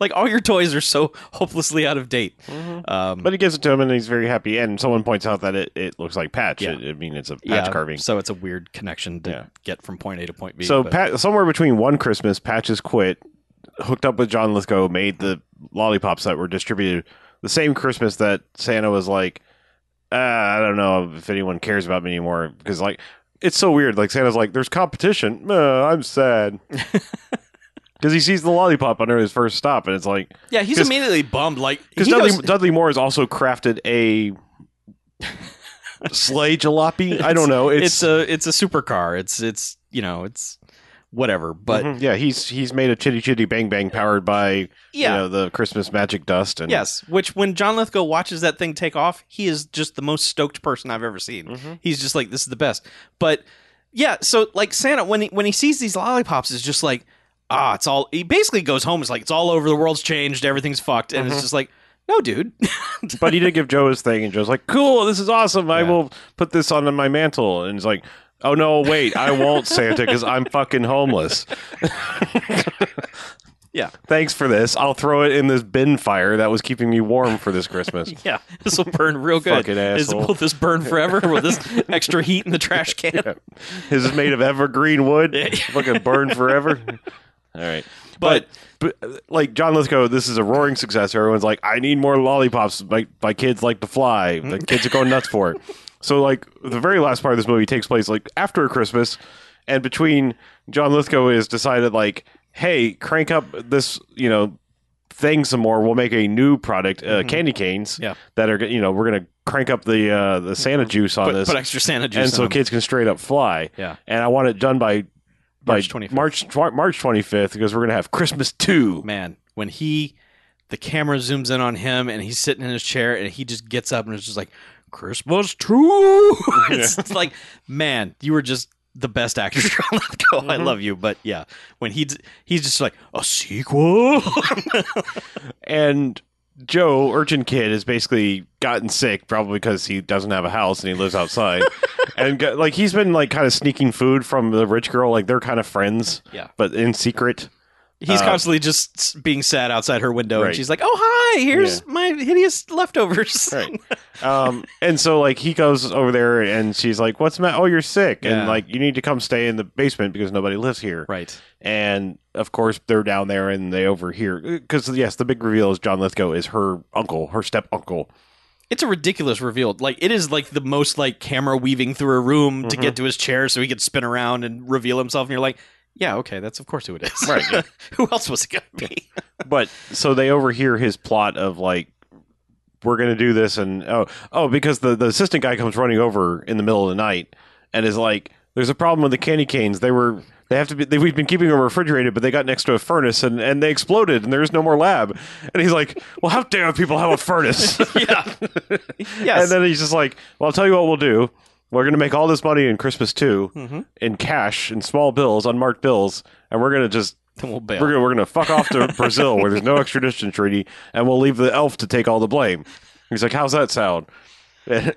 B: like, all your toys are so hopelessly out of date.
C: Mm-hmm.
B: Um,
C: But he gives it to him, and he's very happy. And someone points out that it, it looks like patch.
B: Yeah.
C: It, I mean, it's a patch
B: yeah,
C: carving.
B: So it's a weird connection to
C: Yeah.
B: get from point A to point B.
C: So
B: but-
C: Pat, somewhere between one Christmas, Patches quit, hooked up with John Lithgow, made the lollipops that were distributed the same Christmas that Santa was like, uh, I don't know if anyone cares about me anymore because like it's so weird. Like Santa's like, there's competition. Uh, I'm sad. Because he sees the lollipop under his first stop, and it's like
B: Yeah, he's
C: 'Cause-
B: immediately bummed. Like
C: because
B: he
C: Dudley,
B: goes-
C: Dudley Moore has also crafted a sleigh jalopy. I don't know. It's,
B: it's a it's a supercar. It's it's you know it's whatever. But
C: Mhm. yeah, he's he's made a chitty chitty bang bang powered by
B: yeah,
C: you know the Christmas magic dust and
B: yes. Which when John Lithgow watches that thing take off, he is just the most stoked person I've ever seen.
C: Mm-hmm.
B: He's just like this is the best. But yeah, so like Santa when he when he sees these lollipops, is just like ah, it's all. He basically goes home. It's like it's all over. The world's changed. Everything's fucked. And it's just like no, dude.
C: but he did give Joe his thing and Joe's like cool this is awesome I
B: Yeah.
C: will put this on my mantle and he's like oh no wait I won't Santa because I'm fucking homeless
B: yeah,
C: thanks for this I'll throw it in this bin fire that was keeping me warm for this Christmas
B: yeah. This will burn real good.
C: Fucking
B: Is-
C: asshole.
B: will this burn forever? will this extra heat in the trash can?
C: his is made of evergreen wood
B: Yeah.
C: fucking burn forever All right.
B: But,
C: But uh, like John Lithgow, this is a roaring success. Everyone's like, I need more lollipops. My my kids like to fly. The kids are going nuts for it. So like the very last part of this movie takes place like after Christmas, and between John Lithgow is decided like, hey, crank up this you know thing some more. We'll make a new product, uh, candy canes.
B: Yeah.
C: That are you know we're gonna crank up the uh, the Santa juice on
B: put,
C: this,
B: put extra Santa juice.
C: and so
B: on them.
C: kids can straight up fly
B: um, yeah,
C: and I want it done by by
B: March 25th.
C: March tw- March 25th because we're gonna have Christmas two.
B: man, when he the camera zooms in on him and he's sitting in his chair and he just gets up and is just like Christmas true. it's, it's like man, you were just the best actor. John Lithgow.
C: Mm-hmm.
B: I love you, but yeah, when he d- he's just like a sequel.
C: And Joe, urchin kid, has basically gotten sick probably because he doesn't have a house and he lives outside. and got, like he's been like kind of sneaking food from the rich girl. Like they're kind of friends,
B: Yeah.
C: but in secret.
B: he's
C: Uh,
B: constantly just s- being sad outside her window,
C: Right.
B: and she's like, "Oh hi, here's my hideous leftovers."
C: Right. Um, and so like he goes over there and she's like, "What's ma- Oh, you're sick,
B: Yeah.
C: and like you need to come stay in the basement because nobody lives here."
B: right.
C: and of course they're down there and they overhear because yes the big reveal is john lithgow is her uncle her step uncle
B: it's a ridiculous reveal. Like it is like the most like camera weaving through a room
C: Mm-hmm.
B: to get to his chair so he could spin around and reveal himself. And you're like, yeah, okay, that's of course who it is.
C: Right, yeah.
B: who else was it gonna be?
C: but so they overhear his plot of like we're gonna do this and oh oh because the, the assistant guy comes running over in the middle of the night and is like there's a problem with the candy canes they were they have to be they, we've been keeping them refrigerated but they got next to a furnace and, and they exploded and there's no more lab and he's like well how dare people have a furnace
B: yeah. Yes.
C: And then he's just like, "Well, I'll tell you what we'll do. We're going to make all this money in Christmas too,
B: Mm-hmm.
C: in cash, in small bills, unmarked bills, and we're going to just
B: Then we'll bail.
C: we're going we're going to fuck off to Brazil where there's no extradition treaty, and we'll leave the elf to take all the blame." He's like, "How's that sound?" and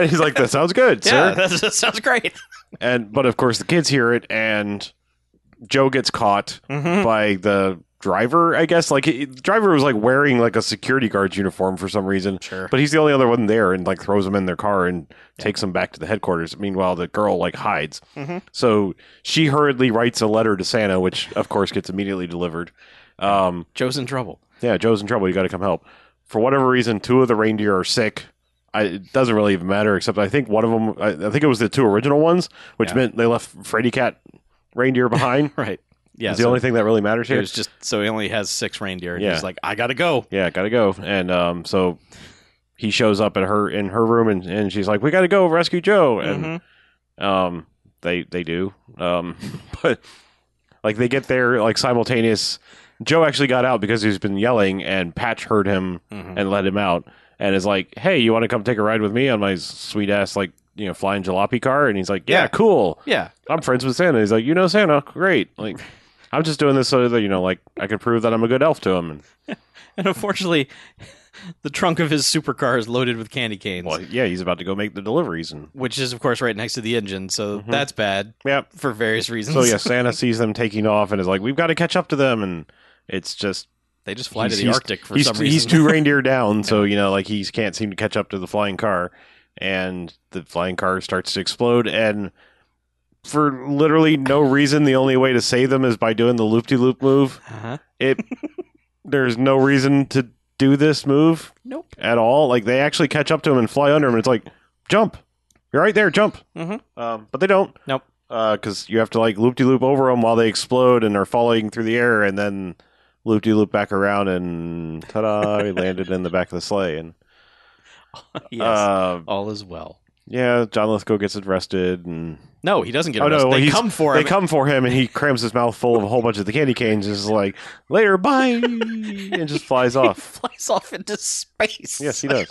C: he's like, "That sounds good,
B: yeah,
C: sir."
B: that, that sounds great.
C: And but of course the kids hear it, and Joe gets caught by the driver. I guess like he- driver was like wearing like a security guard's uniform for some reason.
B: Sure.
C: But he's the only other one there, and like throws them in their car and takes them back to the headquarters. Meanwhile, the girl like hides. So she hurriedly writes a letter to Santa, which of course gets immediately delivered. Um,
B: Joe's in trouble.
C: yeah, Joe's in trouble. You got to come help. For whatever reason, two of the reindeer are sick. I, it doesn't really even matter, except I think one of them. I, I think it was the two original ones, which
B: Yeah.
C: meant they left Freddy Cat reindeer behind.
B: Right. Yeah.
C: It's the
B: so
C: only thing that really matters
B: it
C: here.
B: was just so he only has six reindeer. And
C: Yeah.
B: He's like, I gotta go.
C: yeah, gotta go. And um, so he shows up at her in her room, and, and she's like, "We gotta go rescue Joe." And
B: Mm-hmm.
C: um, they they do. Um, but like they get there like simultaneous. Joe actually got out because he's been yelling, and Patch heard him
B: mm-hmm.
C: and let him out, and is like, "Hey, you want to come take a ride with me on my sweet ass like you know flying jalopy car?" And he's like, "Yeah,
B: Yeah.
C: cool.
B: Yeah.
C: I'm friends with Santa." He's like, "You know Santa? Great. Like, I'm just doing this so that you know, like, I can prove that I'm a good elf to him." And
B: And unfortunately, the trunk of his supercar is loaded with candy canes.
C: well, yeah, he's about to go make the deliveries, and
B: Which is, of course, right next to the engine, so that's bad
C: yeah.
B: for various reasons.
C: Mm-hmm. So yeah, Santa sees them taking off and is like, "We've got to catch up to them," and it's just
B: They just fly to
C: He's-
B: the
C: he's-
B: Arctic for
C: he's,
B: some
C: He's
B: reason.
C: two reindeer down, so you know, like he can't seem to catch up to the flying car, and the flying car starts to explode. And for literally no reason, the only way to save them is by doing the loop de loop move.
B: uh-huh.
C: It there's no reason to do this move
B: Nope.
C: at all. Like they actually catch up to him and fly under him. And it's like jump, you're right there, jump.
B: Mhm.
C: Um, but they don't
B: Nope.
C: because you have to like loop de loop over them while they explode and are falling through the air, and then loop de loop back around, and ta da, he landed in the back of the sleigh. And
B: yes.
C: uh,
B: all is well.
C: yeah, John Lithgow gets arrested, and
B: No, he doesn't get
C: Oh, no,
B: arrested.
C: well,
B: they
C: he's-
B: come for
C: they
B: him.
C: come for him, and he crams his mouth full of a whole bunch of the candy canes, and is like, later, bye, and just flies
B: He
C: off.
B: flies off into space.
C: Yes, he does.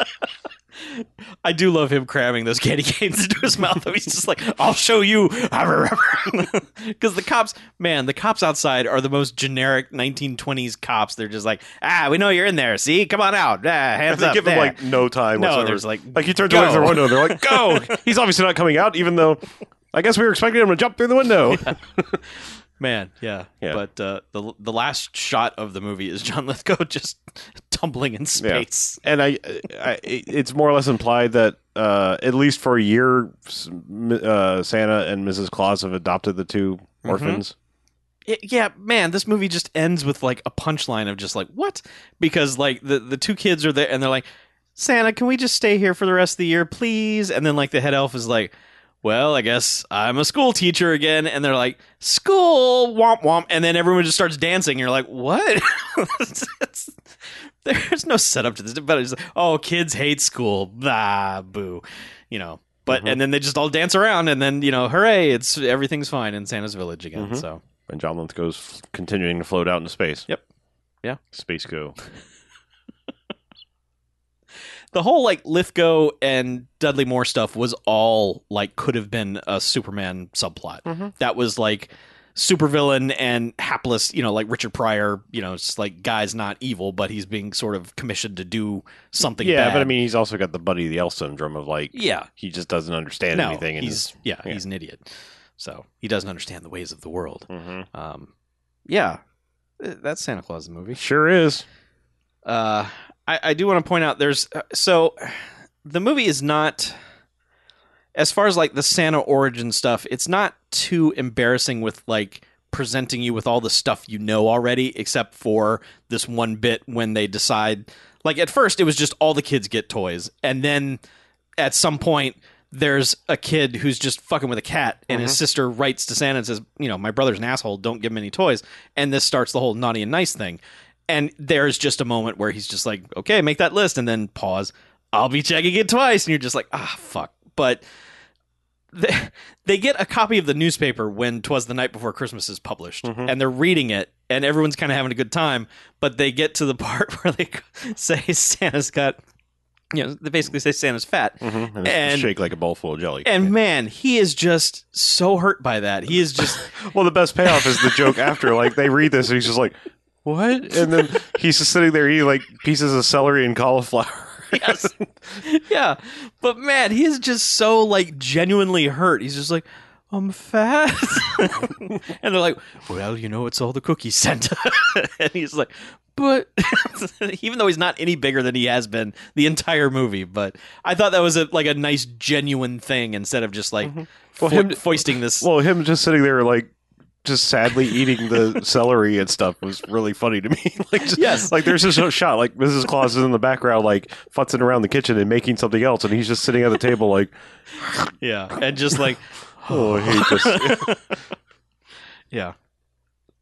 B: I do love him cramming those candy canes into his mouth. Though he's just like, "I'll show you," because the cops, man, the cops outside are the most generic 1920s cops. They're just like, "Ah, we know you're in there. See, come on out. Ah, hands
C: they
B: up."
C: give him
B: there."
C: like no time.
B: No,
C: whatsoever.
B: there's, like,
C: like he turns
B: go.
C: away from the window. and They're like, go. He's obviously not coming out, even though I guess we were expecting him to jump through the window.
B: Man, yeah.
C: Yeah.
B: But uh, the the last shot of the movie is John Lithgow just tumbling in space.
C: And I, I, it's more or less implied that uh, at least for a
B: Mm-hmm.
C: year, s- m- uh, Santa and Mrs. Claus have adopted the 2 orphans.
B: it- yeah, man, this movie just ends with like a punchline of just like what? Because like the the two kids are there and they're like, Santa, can we just stay here for the rest of the year, please? And then like the head elf is like, well, I guess I'm a school teacher again. And they're like, school, womp womp. And then everyone just starts dancing. You're like, what? It's- it's- there's no setup to this. But it's like, oh, kids hate school. Bah, boo. You know. But
C: Mhm.
B: and then they just all dance around, and then you know, hooray! It's everything's fine in Santa's village again.
C: Mhm.
B: So
C: And John Lithgow's f- continuing to float out into space.
B: Yep. Yeah.
C: Space go.
B: the whole like Lithgow and Dudley Moore stuff was all like could have been a Superman subplot.
C: Mhm.
B: That was like supervillain and hapless, you know, like Richard Pryor, you know, it's like guy's not evil, but he's being sort of commissioned to do something.
C: Yeah,
B: bad.
C: but I mean, he's also got the Buddy the Elf syndrome of like
B: yeah,
C: he just doesn't understand
B: no,
C: anything. And
B: he's yeah,
C: yeah.
B: he's an idiot, so he doesn't understand the ways of the world.
C: Mhm.
B: Um, yeah, Th- that's Santa Claus the movie.
C: sure is.
B: Uh, I, I do want to point out there's uh, so the movie is not as far as like the Santa origin stuff. It's not too embarrassing with like presenting you with all the stuff you know already, except for this one bit when they decide. Like at first, it was just all the kids get toys, and then at some point. There's a kid who's just fucking with a cat, and his sister writes to Santa and says, "You know, my brother's an asshole. Don't give him any toys." And this starts the whole naughty and nice thing. And there's just a moment where he's just like, okay, make that list, and then pause. I'll be checking it twice. And you're just like, ah, fuck. But they, they get a copy of the newspaper when Twas the Night Before Christmas is published,
C: Mhm.
B: and they're reading it, and everyone's kind of having a good time. But they get to the part where they say Santa's got, you know, they basically say Santa's fat.
C: Mm-hmm. And,
B: And-
C: shake like a bowl full of jelly.
B: And man, he is just so hurt by that. He is just
C: well, the best payoff is the joke after. Like they read this, and he's just like, "What?" And then he's just sitting there eating like pieces of celery and cauliflower.
B: yes. yeah. But man, he is just so like genuinely hurt. He's just like, I'm fat. and they're like, well, you know, it's all the cookie Santa. and he's like, but even though he's not any bigger than he has been the entire movie, but I thought that was a, like a nice genuine thing instead of just like
C: Mm-hmm.
B: fo-
C: Well, him-
B: foisting this.
C: Well, him just sitting there like just sadly eating the celery and stuff was really funny to me. like just,
B: Yes.
C: like there's this shot like Mrs. Claus is in the background like futzing around the kitchen and making something else and he's just sitting at the table like,
B: yeah. And just like,
C: "Oh, I hate this." Which,
B: yeah.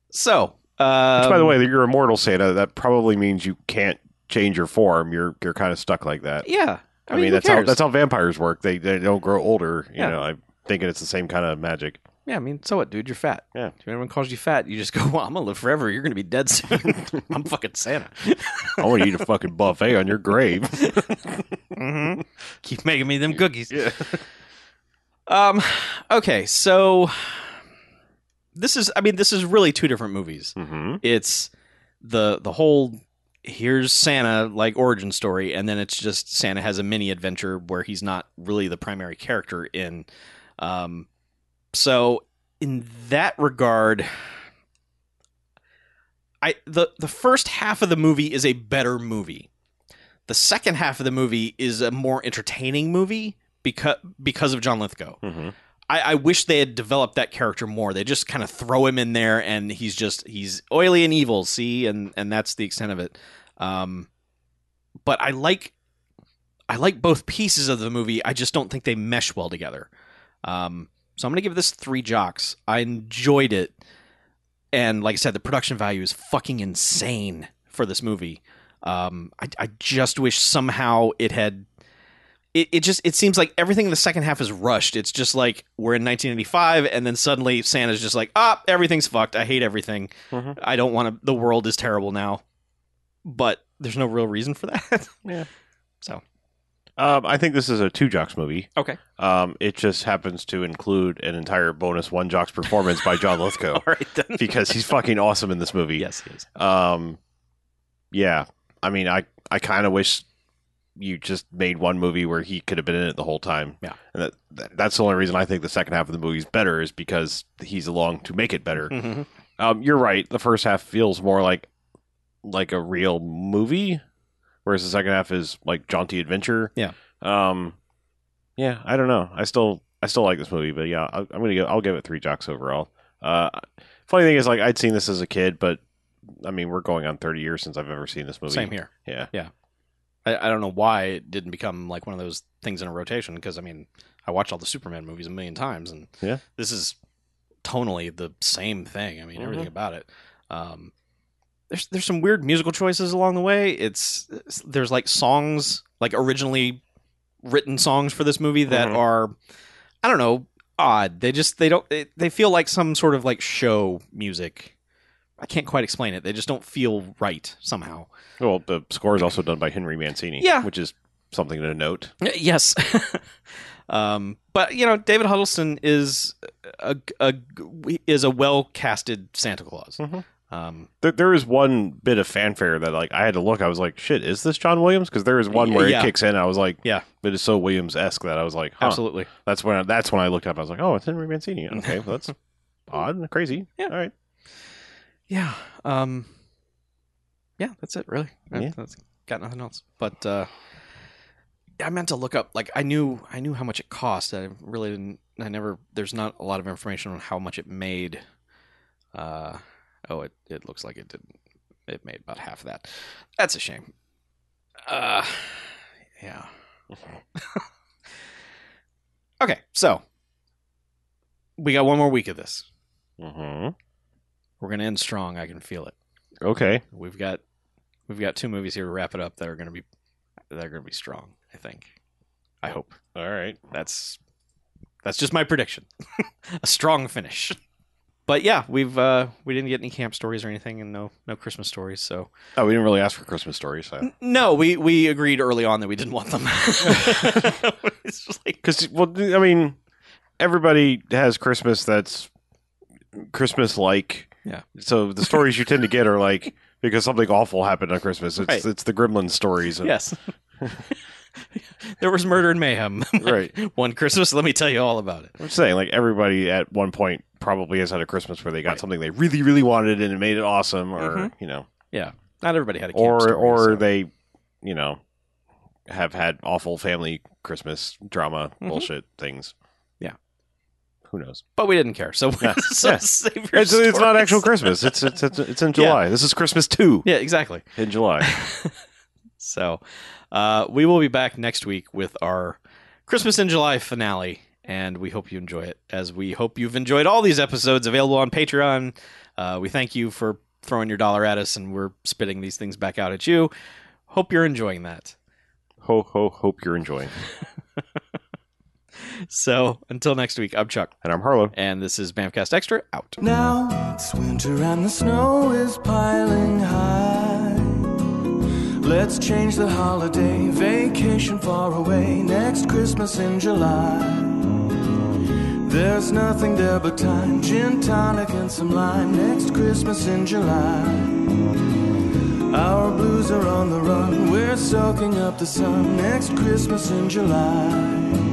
B: So, uh,
C: by the way, that you're immortal Santa, that probably means you can't change your form. You're you're kind of stuck like that.
B: yeah.
C: I, mean,
B: who
C: that's how
B: cares?
C: that's how vampires work. They they don't grow older, you
B: Yeah.
C: know. I'm thinking it's the same kind of magic.
B: Yeah, I mean, so what, dude? You're fat.
C: Yeah.
B: If everyone calls you fat, you just go, well, I'm going to live forever. You're going to be dead soon. I'm fucking Santa.
C: I want to eat a fucking buffet on your grave. Mm-hmm.
B: hmm Keep making me them cookies.
C: Yeah.
B: Um, okay, so this is, I mean, this is really two different movies.
C: hmm
B: It's the the whole here's Santa like origin story, and then it's just Santa has a mini adventure where he's not really the primary character in. Um, so in that regard, I the the first half of the movie is a better movie. The second half of the movie is a more entertaining movie because because of John Lithgow.
C: hmm
B: I, I wish they had developed that character more. They just kind of throw him in there, and he's just he's oily and evil. See, and and that's the extent of it. Um, but I like I like both pieces of the movie. I just don't think they mesh well together. Um, so I'm gonna give this three jocks. I enjoyed it, and like I said, the production value is fucking insane for this movie. Um, I, I just wish somehow it had it, it just it seems like everything in the second half is rushed. It's just like we're in 1985, and then suddenly Santa's just like, ah, everything's fucked. I hate everything.
C: Mhm.
B: I don't want to. The world is terrible now. But there's no real reason for that.
C: Um, I think this is a two jocks movie.
B: Okay.
C: Um, it just happens to include an entire bonus one jocks performance by John Lithgow
B: All right then.
C: because he's fucking awesome in this movie.
B: yes, it is.
C: Um, yeah. I mean, I I kind of wish you just made one movie where he could have been in it the whole time.
B: Yeah.
C: And that, that that's the only reason I think the second half of the movie is better is because he's along to make it better.
B: Mhm.
C: Um, you're right. The first half feels more like like a real movie, whereas the second half is like jaunty adventure.
B: Yeah.
C: Um, yeah. I don't know. I still I still like this movie, but yeah, I, I'm gonna go, I'll give it three jocks overall. Uh, Funny thing is, like I'd seen this as a kid, but I mean, we're going on 30 years since I've ever seen this movie.
B: Same here.
C: Yeah.
B: I, I don't know why it didn't become like one of those things in a rotation because I mean I watched all the Superman movies a million times and
C: Yeah.
B: this is tonally the same thing. I mean everything
C: Mhm.
B: about it. Um, there's there's some weird musical choices along the way. It's there's like songs like originally written songs for this movie that
C: Mhm.
B: are I don't know odd. They just they don't they, they feel like some sort of like show music. I can't quite explain it. They just don't feel right somehow.
C: Well, the score is also done by Henry Mancini.
B: Yeah.
C: Which is something to note.
B: Y- Yes. um, but you know, David Huddleston is a, a is a well casted Santa Claus.
C: Mhm.
B: Um,
C: There, there is one bit of fanfare that like I had to look. I was like, "Shit, is this John Williams?" Because there is one where
B: Yeah.
C: it kicks in. I was like,
B: Yeah.
C: it is so Williams esque that I was like, huh.
B: Absolutely.
C: That's when I, that's when I looked up. I was like, "Oh, it's Henry Mancini." Okay, well, that's odd and crazy.
B: Yeah.
C: All right.
B: Yeah. Um, yeah, that's it. Really. I-
C: Yeah.
B: That's got nothing else. But uh, I meant to look up. Like I knew I knew how much it cost. I really didn't. I never. There's not a lot of information on how much it made. Uh, oh, it it looks like it did. It made about half of that. That's a shame. Uh, yeah. okay, so we got one more week of this.
C: hmm
B: We're gonna end strong. I can feel it.
C: Okay.
B: We've got we've got two movies here to wrap it up that are gonna be that are gonna be strong. I think. I hope
C: All right.
B: that's that's just my prediction. a strong finish. But yeah, we've uh, we didn't get any camp stories or anything, and no no Christmas stories. So
C: Oh, we didn't really ask for Christmas stories. So.
B: no, we we agreed early on that we didn't want them. it's just like
C: Because well, I mean, everybody has Christmas that's Christmas like.
B: Yeah.
C: So the stories you tend to get are like because something awful happened on Christmas. It's
B: Right.
C: it's the Gremlin stories. and-
B: yes, there was murder and mayhem
C: Right.
B: one Christmas. Let me tell you all about it.
C: I'm just saying, like everybody at one point probably has had a Christmas where they got
B: Right.
C: something they really really wanted and it made it awesome, or
B: Mhm.
C: you know,
B: Not everybody had a camp
C: or
B: story,
C: or
B: so-
C: they, you know, have had awful family Christmas drama
B: Mhm.
C: bullshit things.
B: Yeah.
C: Who knows?
B: but we didn't care. So,
C: Yeah.
B: so
C: Yeah.
B: save your
C: It's, it's not
B: stories.
C: actual Christmas. It's it's it's, it's in July. This is Christmas too
B: Yeah, exactly.
C: in July.
B: So, uh, we will be back next week with our Christmas in July finale, and we hope you enjoy it. As we hope you've enjoyed all these episodes available on Patreon. Uh, we thank you for throwing your dollar at us, and we're spitting these things back out at you. Hope you're enjoying that.
C: Ho ho hope you're enjoying.
B: So, until next week, I'm Chuck,
C: And I'm Harlow.
B: and this is Bamcast Extra out.
A: Now it's winter and the snow is piling high. Let's change the holiday, vacation far away, next Christmas in July. There's nothing there but time, gin tonic and some lime, next Christmas in July. Our blues are on the run, we're soaking up the sun, next Christmas in July.